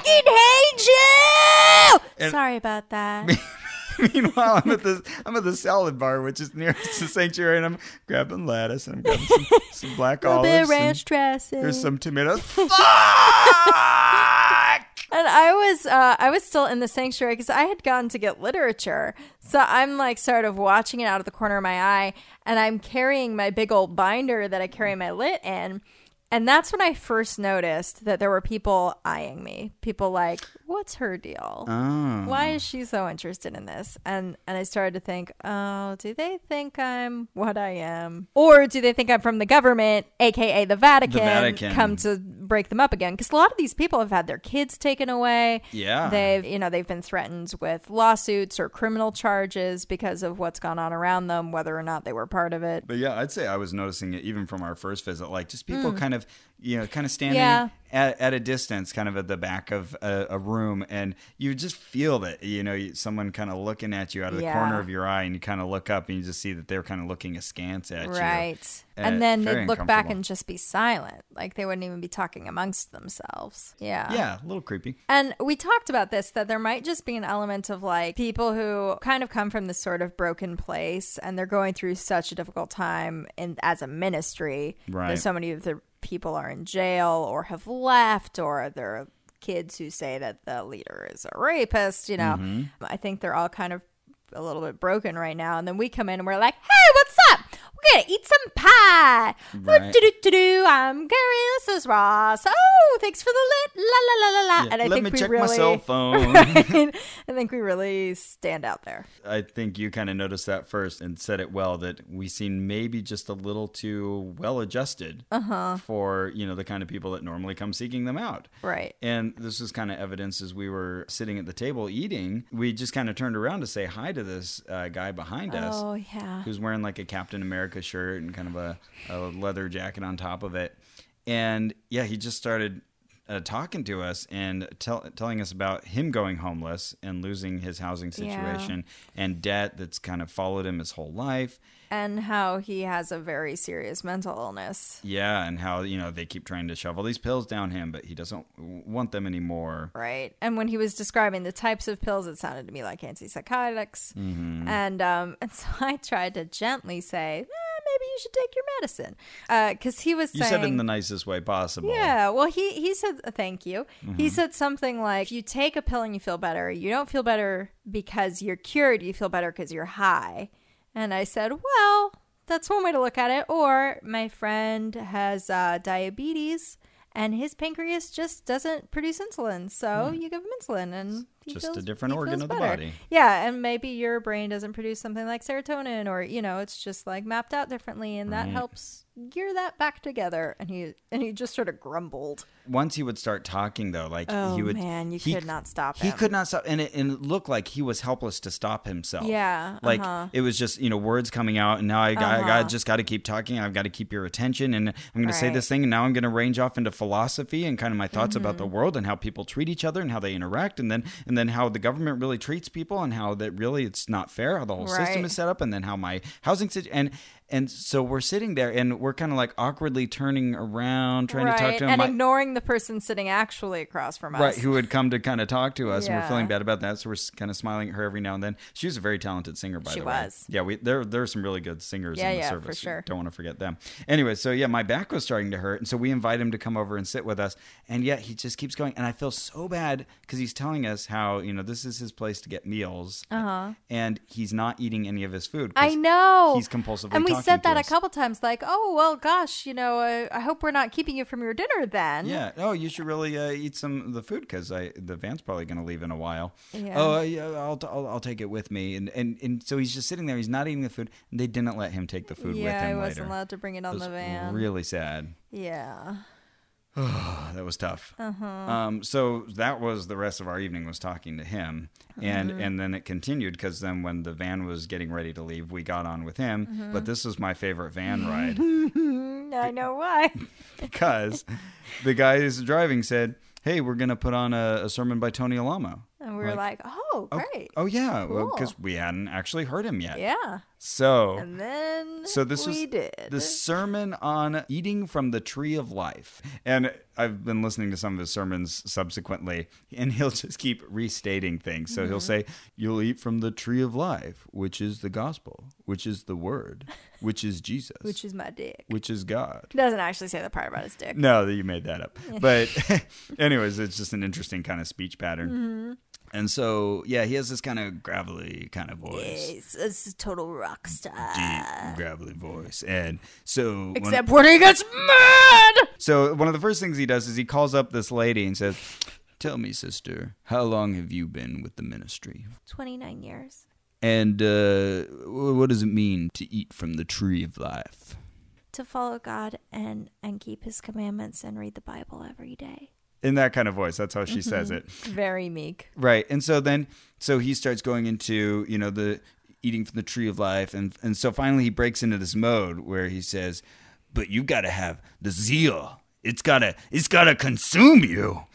Speaker 2: fucking hate you! sorry about that.
Speaker 1: Meanwhile, I'm at this I'm at the salad bar, which is nearest the sanctuary, and I'm grabbing lettuce and I'm grabbing some, some black
Speaker 2: A bit
Speaker 1: olives.
Speaker 2: ranch
Speaker 1: And
Speaker 2: dressing.
Speaker 1: there's some tomatoes. fuck!
Speaker 2: and and I was uh, I was still in the sanctuary because I had gone to get literature, so I'm like sort of watching it out of the corner of my eye, and I'm carrying my big old binder that I carry my lit in, and that's when I first noticed that there were people eyeing me, people like, "What's her deal?
Speaker 1: Oh.
Speaker 2: Why
Speaker 1: Mm-hmm.
Speaker 2: is she so interested in this?" And and I started to think, "Oh, do they think I'm what I am, or do they think I'm from the government, aka the Vatican,
Speaker 1: Vatican.
Speaker 2: come to break them up again?" Because a lot of these people have had their kids taken away.
Speaker 1: Yeah.
Speaker 2: they've you know they've been threatened with lawsuits or criminal charges because of what's gone on around them, whether or not they were part of it.
Speaker 1: But yeah, I'd say I was noticing it even from our first visit. Like just people kind of, you know, kind of standing
Speaker 2: Hmm. Yeah.
Speaker 1: at, at a distance, kind of at the back of a, a room, and you just feel that, you know, you- someone kind of looking at you out of the
Speaker 2: Yeah.
Speaker 1: corner of your eye, and you kind of look up and you just see that they're kind of looking askance at you.
Speaker 2: Right.
Speaker 1: Uh,
Speaker 2: And then
Speaker 1: very
Speaker 2: they'd look back
Speaker 1: uncomfortable.
Speaker 2: and just be silent. Like they wouldn't even be talking amongst themselves. Yeah.
Speaker 1: Yeah, a little creepy.
Speaker 2: And we talked about this that there might just be an element of like people who kind of come from this sort of broken place and they're going through such a difficult time in as a ministry.
Speaker 1: Right.
Speaker 2: There's so many of the people are in jail or have left or they're kids who say that the leader is a rapist, you know.
Speaker 1: Mm-hmm.
Speaker 2: I think they're all kind of a little bit broken right now. And then we come in and we're like, hey, what's up? We're gonna eat some pie.
Speaker 1: Right.
Speaker 2: Do-do-do-do. I'm Gary. This is Ross. Oh, thanks for the lit. La la la la la.
Speaker 1: Yeah,
Speaker 2: And I
Speaker 1: Let
Speaker 2: think
Speaker 1: me
Speaker 2: we
Speaker 1: check
Speaker 2: really,
Speaker 1: my cell phone.
Speaker 2: Right? I think we really stand out there.
Speaker 1: I think you kind of noticed that first and said it well that we seem maybe just a little too well adjusted
Speaker 2: Uh-huh.
Speaker 1: for you know the kind of people that normally come seeking them out.
Speaker 2: Right.
Speaker 1: And this was kind of evidence as we were sitting at the table eating. We just kind of turned around to say hi to this uh, guy behind
Speaker 2: Oh
Speaker 1: us
Speaker 2: yeah.
Speaker 1: who's wearing like a Captain America shirt and kind of a, a leather jacket on top of it. And yeah, he just started uh, talking to us and tell, telling us about him going homeless and losing his housing
Speaker 2: Yeah.
Speaker 1: situation and debt that's kind of followed him his whole life.
Speaker 2: And how he has a very serious mental illness.
Speaker 1: Yeah, and how, you know, they keep trying to shovel these pills down him, but he doesn't w- want them anymore.
Speaker 2: Right. And when he was describing the types of pills, it sounded to me like antipsychotics.
Speaker 1: Mm-hmm.
Speaker 2: And um, and so I tried to gently say, "Eh, maybe you should take your medicine, because he was
Speaker 1: You
Speaker 2: saying
Speaker 1: said it in the nicest way possible.
Speaker 2: Yeah, well, he he said uh, thank you. He said something like, "If you take a pill and you feel better, you don't feel better because you're cured. You feel better because you're high." And I said, "Well, that's one way to look at it." Or my friend has uh, diabetes, and his pancreas just doesn't produce insulin, so you give him insulin, and he
Speaker 1: Just a
Speaker 2: feels-
Speaker 1: different
Speaker 2: he
Speaker 1: organ
Speaker 2: feels
Speaker 1: of the
Speaker 2: better.
Speaker 1: body.
Speaker 2: Yeah, and maybe your brain doesn't produce something like serotonin, or you know, it's just like mapped out differently, and that helps gear that back together. And he and he just sort of grumbled.
Speaker 1: once he would start talking though like
Speaker 2: Oh,
Speaker 1: he would
Speaker 2: man, you
Speaker 1: he-
Speaker 2: could not stop
Speaker 1: he
Speaker 2: him.
Speaker 1: could not stop and it, and it looked like he was helpless to stop himself
Speaker 2: Yeah,
Speaker 1: like
Speaker 2: uh-huh.
Speaker 1: it was just you know words coming out and now i got, I got just got to keep talking i've got to keep your attention and i'm going to say
Speaker 2: Right.
Speaker 1: this thing and now i'm going to range off into philosophy and kind of my thoughts about
Speaker 2: Mm-hmm.
Speaker 1: the world and how people treat each other and how they interact and then and then how the government really treats people and how that really it's not fair how the whole system
Speaker 2: Right.
Speaker 1: is set up and then how my housing situation and and so we're sitting there and we're kind of like awkwardly turning around trying to talk to him
Speaker 2: and
Speaker 1: My-
Speaker 2: ignoring the person sitting actually across from us.
Speaker 1: Right, who would come to kind of talk to us. And we're
Speaker 2: Yeah.
Speaker 1: feeling bad about that, so we're kind of smiling at her every now and then. She was a very talented singer, by
Speaker 2: She
Speaker 1: the
Speaker 2: was.
Speaker 1: way. Yeah, we there there are some really good singers
Speaker 2: Yeah,
Speaker 1: in the
Speaker 2: yeah, for
Speaker 1: service.
Speaker 2: sure.
Speaker 1: Don't want to forget them. Anyway, so yeah, my back was starting to hurt, and so we invite him to come over and sit with us, and yet he just keeps going, and I feel so bad because he's telling us how you know this is his place to get meals, uh-huh. and he's not eating any of his food. 'cause
Speaker 2: I know.
Speaker 1: he's compulsively.
Speaker 2: And we
Speaker 1: talking
Speaker 2: said
Speaker 1: to
Speaker 2: that a
Speaker 1: us.
Speaker 2: couple times, like, "Oh well, gosh, you know, uh, I hope we're not keeping you from your dinner then."
Speaker 1: Yeah. Oh, you should really uh, eat some of the food because I the van's probably going to leave in a while.
Speaker 2: Yeah.
Speaker 1: Oh, uh, yeah, I'll, t- I'll I'll take it with me. And, and and so he's just sitting there. He's not eating the food. And they didn't let him take the food with
Speaker 2: yeah,
Speaker 1: him
Speaker 2: I wasn't
Speaker 1: later.
Speaker 2: allowed to bring it
Speaker 1: It
Speaker 2: on
Speaker 1: was
Speaker 2: the van.
Speaker 1: Really sad.
Speaker 2: yeah.
Speaker 1: Oh, that was tough.
Speaker 2: Uh-huh.
Speaker 1: Um, so that was the rest of our evening was talking to him, and
Speaker 2: Mm-hmm.
Speaker 1: and then it continued because then when the van was getting ready to leave, we got on with him.
Speaker 2: Mm-hmm.
Speaker 1: But this was my favorite van ride.
Speaker 2: I know why.
Speaker 1: because the guy who's driving said, "Hey, we're gonna put on a, a sermon by Tony Alamo."
Speaker 2: And we were like, oh,
Speaker 1: Oh,
Speaker 2: great.
Speaker 1: Oh yeah, well,
Speaker 2: Cool.
Speaker 1: because we hadn't actually heard him yet.
Speaker 2: Yeah.
Speaker 1: So
Speaker 2: And then
Speaker 1: so this
Speaker 2: we
Speaker 1: was
Speaker 2: did.
Speaker 1: the sermon on eating from the tree of life and i've been listening to some of his sermons subsequently and he'll just keep restating things so he'll
Speaker 2: Mm-hmm.
Speaker 1: say you'll eat from the tree of life which is the gospel which is the word which is jesus
Speaker 2: which is my dick.
Speaker 1: which is god
Speaker 2: Doesn't actually say the part about his dick.
Speaker 1: no, that you made that up. But, anyways, it's just an interesting kind of speech pattern.
Speaker 2: Mm-hmm.
Speaker 1: And so, yeah, he has this kind of gravelly kind of voice,
Speaker 2: It's, it's a total rock star.
Speaker 1: deep gravelly voice. And so, when-
Speaker 2: Except when he gets mad.
Speaker 1: so one of the first things he does is he calls up this lady and says, "Tell me, sister, how long have you been with the ministry?
Speaker 2: 29 years.
Speaker 1: And uh, wh- what does it mean to eat from the tree of life?"
Speaker 2: To follow God and, and keep his commandments and read the Bible every day.
Speaker 1: In that kind of voice, that's how she says it.
Speaker 2: Very meek.
Speaker 1: Right. And so then so he starts going into, you know, the eating from the tree of life and and so finally he breaks into this mode where he says, "But you got to have the zeal. It's got to it's got to consume you.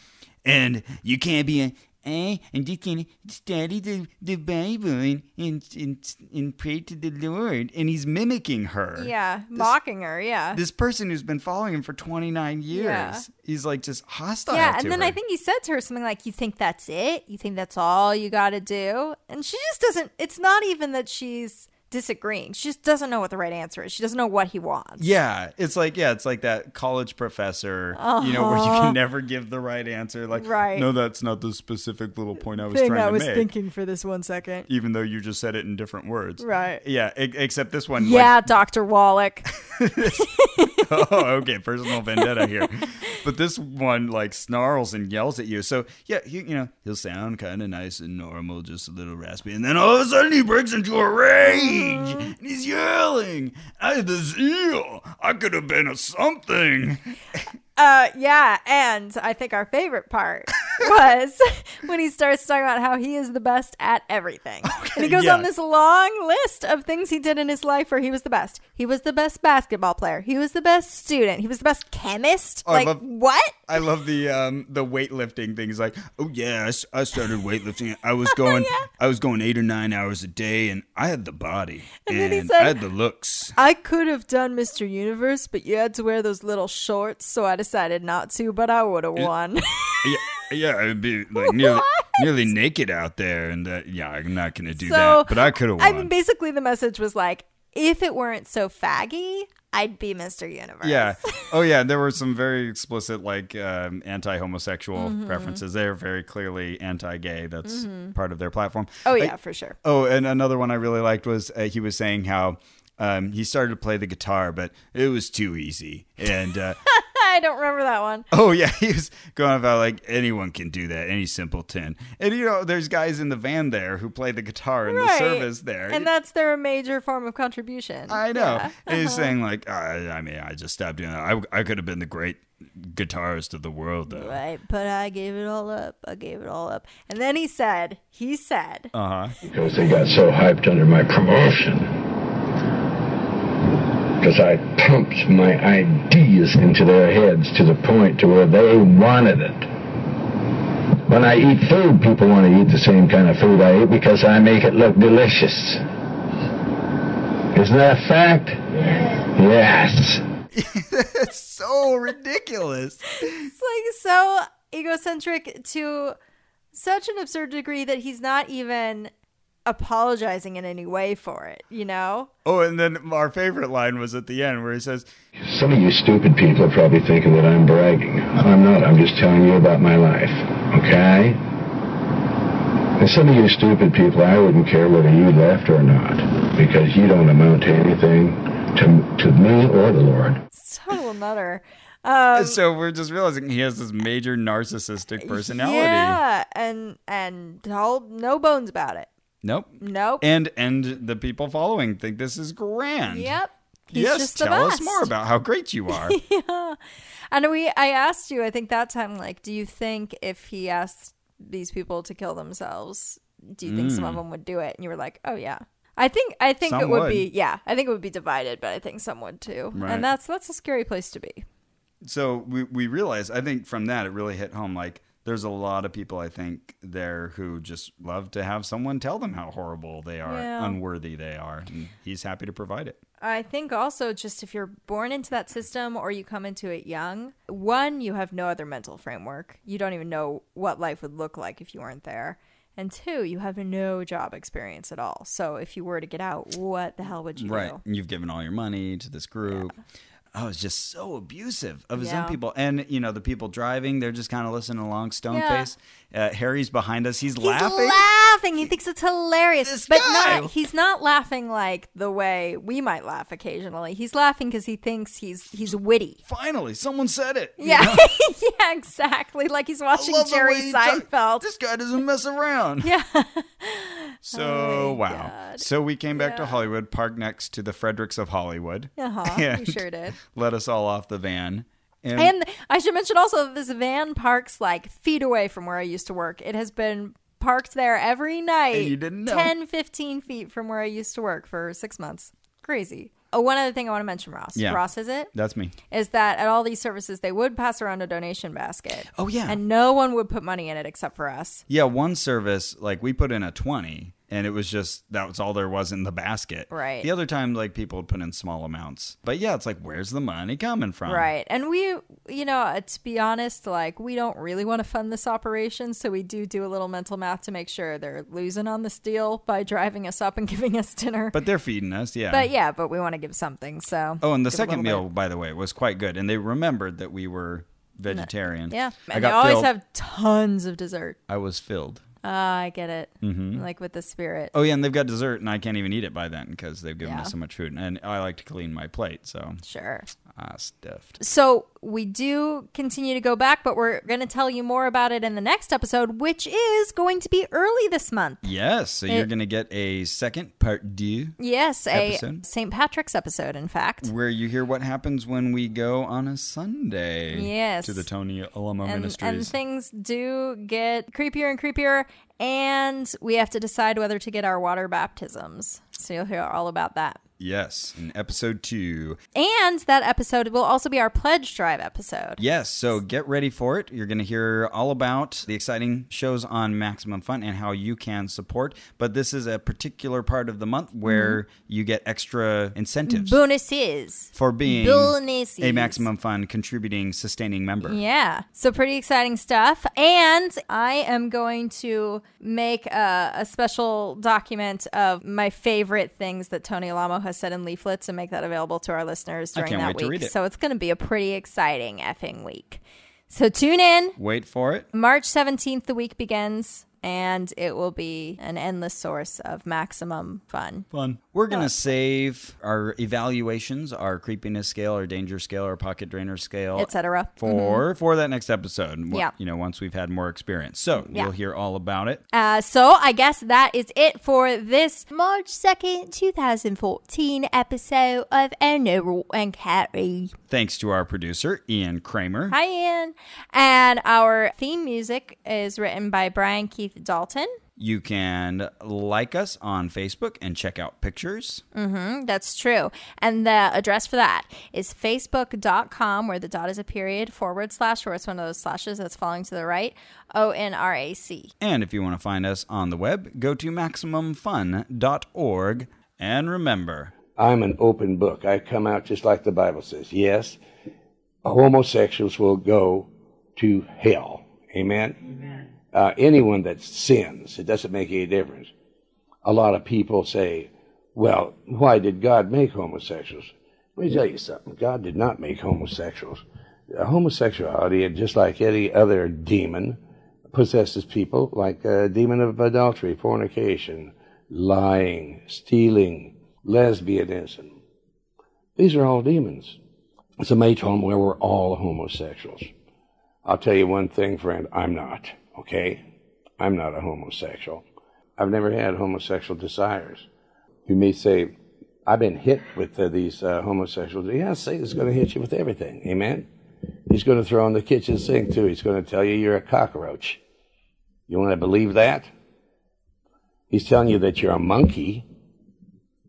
Speaker 1: And you can't be a Eh, and you can study the, the Bible and, and, and, and pray to the Lord. And he's mimicking her.
Speaker 2: Yeah. mocking her. Yeah.
Speaker 1: This person who's been following him for 29 years.
Speaker 2: Yeah.
Speaker 1: He's like just hostile.
Speaker 2: yeah.
Speaker 1: to
Speaker 2: And then
Speaker 1: her.
Speaker 2: I think he said to her something like, You think that's it? You think that's all you got to do? And she just doesn't, it's not even that she's disagreeing. She just doesn't know what the right answer is. She doesn't know what he wants.
Speaker 1: Yeah, it's like yeah, it's like that college professor, you know, where you can never give the right answer. Like,
Speaker 2: Uh-huh. Right.
Speaker 1: no, that's not the specific little point I was
Speaker 2: Thing
Speaker 1: trying
Speaker 2: I
Speaker 1: to
Speaker 2: was
Speaker 1: make.
Speaker 2: thinking for this one second.
Speaker 1: Even though you just said it in different words,
Speaker 2: Right.
Speaker 1: Yeah, e- except this one.
Speaker 2: Yeah, Dr. Wallach.
Speaker 1: Like, oh, okay, personal vendetta here, but this one like snarls and yells at you. So yeah, he, you know, he'll sound kind of nice and normal, just a little raspy, and then all of a sudden he breaks into a rage
Speaker 2: Uh.
Speaker 1: and he's yelling, "I had the zeal. I could have been a something."
Speaker 2: Uh, yeah, and I think our favorite part was when he starts talking about how he is the best at everything. and he goes
Speaker 1: yeah.
Speaker 2: on this long list of things he did in his life where he was the best. He was the best basketball player. He was the best student. He was the best chemist.
Speaker 1: Oh, I
Speaker 2: like,
Speaker 1: love-
Speaker 2: what?
Speaker 1: I love the um the weightlifting thing. He's like, oh yeah, I s- I, started weightlifting. I was going, I was going eight or nine hours a day, and I had the body, and,
Speaker 2: then he said-
Speaker 1: I had the looks.
Speaker 2: I could have done Mr. Universe, but you had to wear those little shorts, so I decided not to, but I would have won.
Speaker 1: Yeah, yeah, I'd be like nearly, nearly naked out there, and that, yeah, I'm not gonna do
Speaker 2: So,
Speaker 1: that. But I could have
Speaker 2: I
Speaker 1: won.
Speaker 2: mean, basically, the message was like, if it weren't so faggy, I'd be Mr. Universe.
Speaker 1: yeah. Oh, yeah. There were some very explicit, like, um, anti
Speaker 2: Mm-hmm,
Speaker 1: homosexual preferences. They're very clearly anti gay. That's part of their platform.
Speaker 2: Oh,
Speaker 1: Like,
Speaker 2: yeah, for sure.
Speaker 1: Oh, and another one I really liked was uh, he was saying how um, he started to play the guitar, but it was too easy. And uh,
Speaker 2: I don't remember that one.
Speaker 1: oh yeah, he was going about like anyone can do that, any simpleton. And you know, there's guys in the van there who play the guitar in the
Speaker 2: Right.
Speaker 1: service there.
Speaker 2: And that's their major form of contribution.
Speaker 1: I know. And
Speaker 2: Uh-huh.
Speaker 1: he's saying like, I, I mean, I just stopped doing that. I, I could have been the great guitarist of the world though.
Speaker 2: Right, but I gave it all up. I gave it all up. And then he said, he said,
Speaker 1: Uh.
Speaker 5: Because they got so hyped under my promotion. Because I pumped my ideas into their heads to the point to where they wanted it. When I eat food, people want to eat the same kind of food I eat because I make it look delicious. Isn't that a fact? Yes.
Speaker 1: That's so ridiculous.
Speaker 2: it's like so egocentric to such an absurd degree that he's not even apologizing in any way for it, you know?
Speaker 1: Oh, and then our favorite line was at the end where he says,
Speaker 5: Some of you stupid people are probably thinking that I'm bragging. I'm not. I'm just telling you about my life, okay? And some of you stupid people, I wouldn't care whether you left or not, because you don't amount to anything to, to me or the Lord.
Speaker 2: It's total nutter. Um,
Speaker 1: so we're just realizing he has this major narcissistic personality.
Speaker 2: Yeah, and and hold no bones about it.
Speaker 1: Nope.
Speaker 2: Nope.
Speaker 1: And and the people following think this is grand.
Speaker 2: yep. He's
Speaker 1: yes,
Speaker 2: just the
Speaker 1: tell us
Speaker 2: best.
Speaker 1: more about how great you are.
Speaker 2: And we, I asked you, I think that time, like, do you think if he asked these people to kill themselves, do you think some of them would do it? And you were like, oh yeah, I think, I think
Speaker 1: Mm. Some
Speaker 2: it would,
Speaker 1: would.
Speaker 2: be, yeah, I think it would be divided, but I think some would too.
Speaker 1: Right.
Speaker 2: And that's that's a scary place to be.
Speaker 1: so we we realize I think from that it really hit home like there's a lot of people I think there who just love to have someone tell them how horrible they are,
Speaker 2: Yeah.
Speaker 1: unworthy they are. And he's happy to provide it.
Speaker 2: I think also just if you're born into that system or you come into it young, one, you have no other mental framework. You don't even know what life would look like if you weren't there. And two, you have no job experience at all. So if you were to get out, what the hell would you
Speaker 1: Right.
Speaker 2: do?
Speaker 1: And You've given all your money to this group. Oh, it's just so abusive of his
Speaker 2: Yeah.
Speaker 1: own people. And, you know, the people driving, they're just kind of listening along, stone
Speaker 2: Yeah.
Speaker 1: face. Uh, Harry's behind us. He's,
Speaker 2: He's
Speaker 1: laughing.
Speaker 2: laughing. He thinks it's hilarious.
Speaker 1: This
Speaker 2: but
Speaker 1: guy.
Speaker 2: not he's not laughing like the way we might laugh occasionally. He's laughing cuz he thinks he's he's witty.
Speaker 1: Finally, someone said it. You
Speaker 2: Yeah.
Speaker 1: know?
Speaker 2: yeah, exactly. Like he's
Speaker 1: I
Speaker 2: watching
Speaker 1: love the way
Speaker 2: Jerry
Speaker 1: he talk-
Speaker 2: Seinfeld.
Speaker 1: This guy doesn't mess around.
Speaker 2: yeah. Oh
Speaker 1: So, wow. So we came back to Hollywood, parked next to the Fredericks of Hollywood.
Speaker 2: Uh-huh. We
Speaker 1: And
Speaker 2: sure did.
Speaker 1: Let us all off the van. And,
Speaker 2: And I should mention also that this van parks like feet away from where I used to work. It has been parked there every night.
Speaker 1: you didn't know.
Speaker 2: 10, 15 feet from where I used to work for six months. Crazy. Oh, one other thing I want to mention, Ross.
Speaker 1: Yeah.
Speaker 2: Ross, is it?
Speaker 1: that's me.
Speaker 2: Is that at all these services, they would pass around a donation basket.
Speaker 1: Oh, yeah.
Speaker 2: And no one would put money in it except for us.
Speaker 1: Yeah, one service, like we put in a 20 and it was just that was all there was in the basket.
Speaker 2: Right.
Speaker 1: The other time, like people would put in small amounts. But yeah, it's like, where's the money coming from?
Speaker 2: Right. And we, you know, uh, to be honest, like we don't really want to fund this operation. So we do do a little mental math to make sure they're losing on this deal by driving us up and giving us dinner. But,
Speaker 1: But they're feeding us. Yeah.
Speaker 2: yeah, but we want to give something. So.
Speaker 1: Oh, and the
Speaker 2: give a
Speaker 1: second
Speaker 2: little
Speaker 1: meal, by the way, was quite good. And they remembered that we were vegetarian.
Speaker 2: bit. Yeah.
Speaker 1: I
Speaker 2: And they
Speaker 1: got
Speaker 2: always
Speaker 1: filled.
Speaker 2: have tons of dessert.
Speaker 1: I was filled.
Speaker 2: Ah, I get it. Like with the spirit.
Speaker 1: Mm-hmm. Oh yeah, and they've got dessert, and I can't even eat it by then because they've given
Speaker 2: Yeah.
Speaker 1: us so much food, and I like to clean my plate, so
Speaker 2: Sure.
Speaker 1: I stuffed.
Speaker 2: So we do continue to go back, but we're going to tell you more about it in the next episode, which is going to be early this month.
Speaker 1: Yes, so you're gonna get a second part deux
Speaker 2: Yes, a
Speaker 1: Episode?
Speaker 2: St. Patrick's episode, in fact.
Speaker 1: where you hear what happens when we go on a Sunday.
Speaker 2: Yes.
Speaker 1: to the Tony Alamo
Speaker 2: and,
Speaker 1: Ministries.
Speaker 2: and things do get creepier and creepier and we have to decide whether to get our water baptisms so you'll hear all about that
Speaker 1: yes, in episode two.
Speaker 2: and that episode will also be our pledge drive episode
Speaker 1: Yes, so get ready for it. You're going to hear all about the exciting shows on Maximum Fun and how you can support. But this is a particular part of the month where
Speaker 2: Mm-hmm.
Speaker 1: you get extra incentives.
Speaker 2: bonuses
Speaker 1: for being
Speaker 2: Bonuses.
Speaker 1: a maximum fun contributing sustaining member.
Speaker 2: yeah so pretty exciting stuff and i am going to make a, a special document of my favorite things that tony alamo has said in leaflets and make that available to our listeners
Speaker 1: I
Speaker 2: during
Speaker 1: can't
Speaker 2: that
Speaker 1: wait
Speaker 2: week
Speaker 1: to read it.
Speaker 2: so it's going to be a pretty exciting effing week so tune in
Speaker 1: Wait for it.
Speaker 2: March 17th, the week begins, and it will be an endless source of maximum fun.
Speaker 1: Fun. We're going to save our evaluations, our creepiness scale, our danger scale, our pocket drainer scale,
Speaker 2: Etc.
Speaker 1: For for that next episode. Wh-
Speaker 2: Mm-hmm. Yeah.
Speaker 1: You know, once we've had more experience. So,
Speaker 2: Yeah.
Speaker 1: you'll hear all about it.
Speaker 2: Uh, so I guess that is it for this March 2nd, 2014 episode of Enero and Carrie.
Speaker 1: Thanks to our producer, Ian Kramer.
Speaker 2: Hi, Ann. And our theme music is written by Brian Keith Dalton.
Speaker 1: You can like us on Facebook and check out pictures.
Speaker 2: Mm. That's true. And the address for that is facebook.com, where the dot is a period, forward slash, or it's one of those slashes that's falling to the right, O N R A C.
Speaker 1: And if you want to find us on the web, go to maximumfun.org. And remember,
Speaker 6: I'm an open book. I come out just like the Bible says. Yes, homosexuals will go to hell. Amen. Uh, anyone that sins, it doesn't make any difference. A lot of people say, "Well, why did God make homosexuals?" Let me tell you something. God did not make homosexuals. Uh, homosexuality, just like any other demon, possesses people like a demon of adultery, fornication, lying, stealing, lesbianism. These are all demons. Somebody told him where we're all homosexuals. I'll tell you one thing, friend, I'm not, okay? I'm not a homosexual. I've never had homosexual desires. You may say, I've been hit with uh, these uh, homosexuals. Yeah, Satan's going to hit you with everything. Amen? He's going to throw in the kitchen sink, too. He's going to tell you you're a cockroach. You want to believe that? He's telling you that you're a monkey,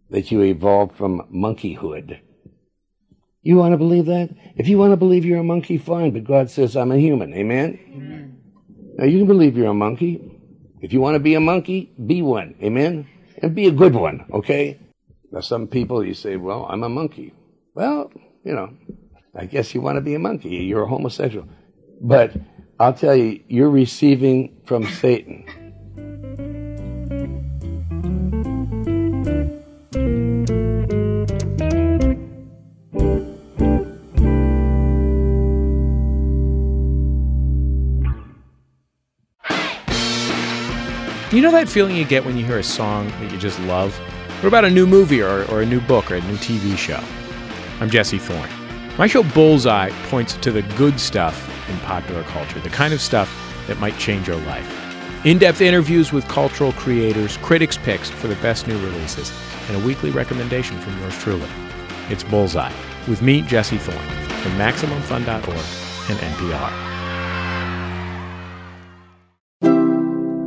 Speaker 6: that you evolved from monkeyhood. You want to believe that? If you want to believe you're a monkey, fine, but God says I'm a human. Amen? Now, you can believe you're a monkey. If you want to be a monkey, be one. Amen? And be a good one, okay? Now, some people, you say, well, I'm a monkey. Well, you know, I guess you want to be a monkey. You're a homosexual. But I'll tell you, you're receiving from Satan.
Speaker 7: You know that feeling you get when you hear a song that you just love? What about a new movie or, or a new book or a new TV show? I'm Jesse Thorne. My show Bullseye points to the good stuff in popular culture, the kind of stuff that might change your life. In depth interviews with cultural creators, critics' picks for the best new releases, and a weekly recommendation from yours truly. It's Bullseye with me, Jesse Thorne, from MaximumFun.org and NPR.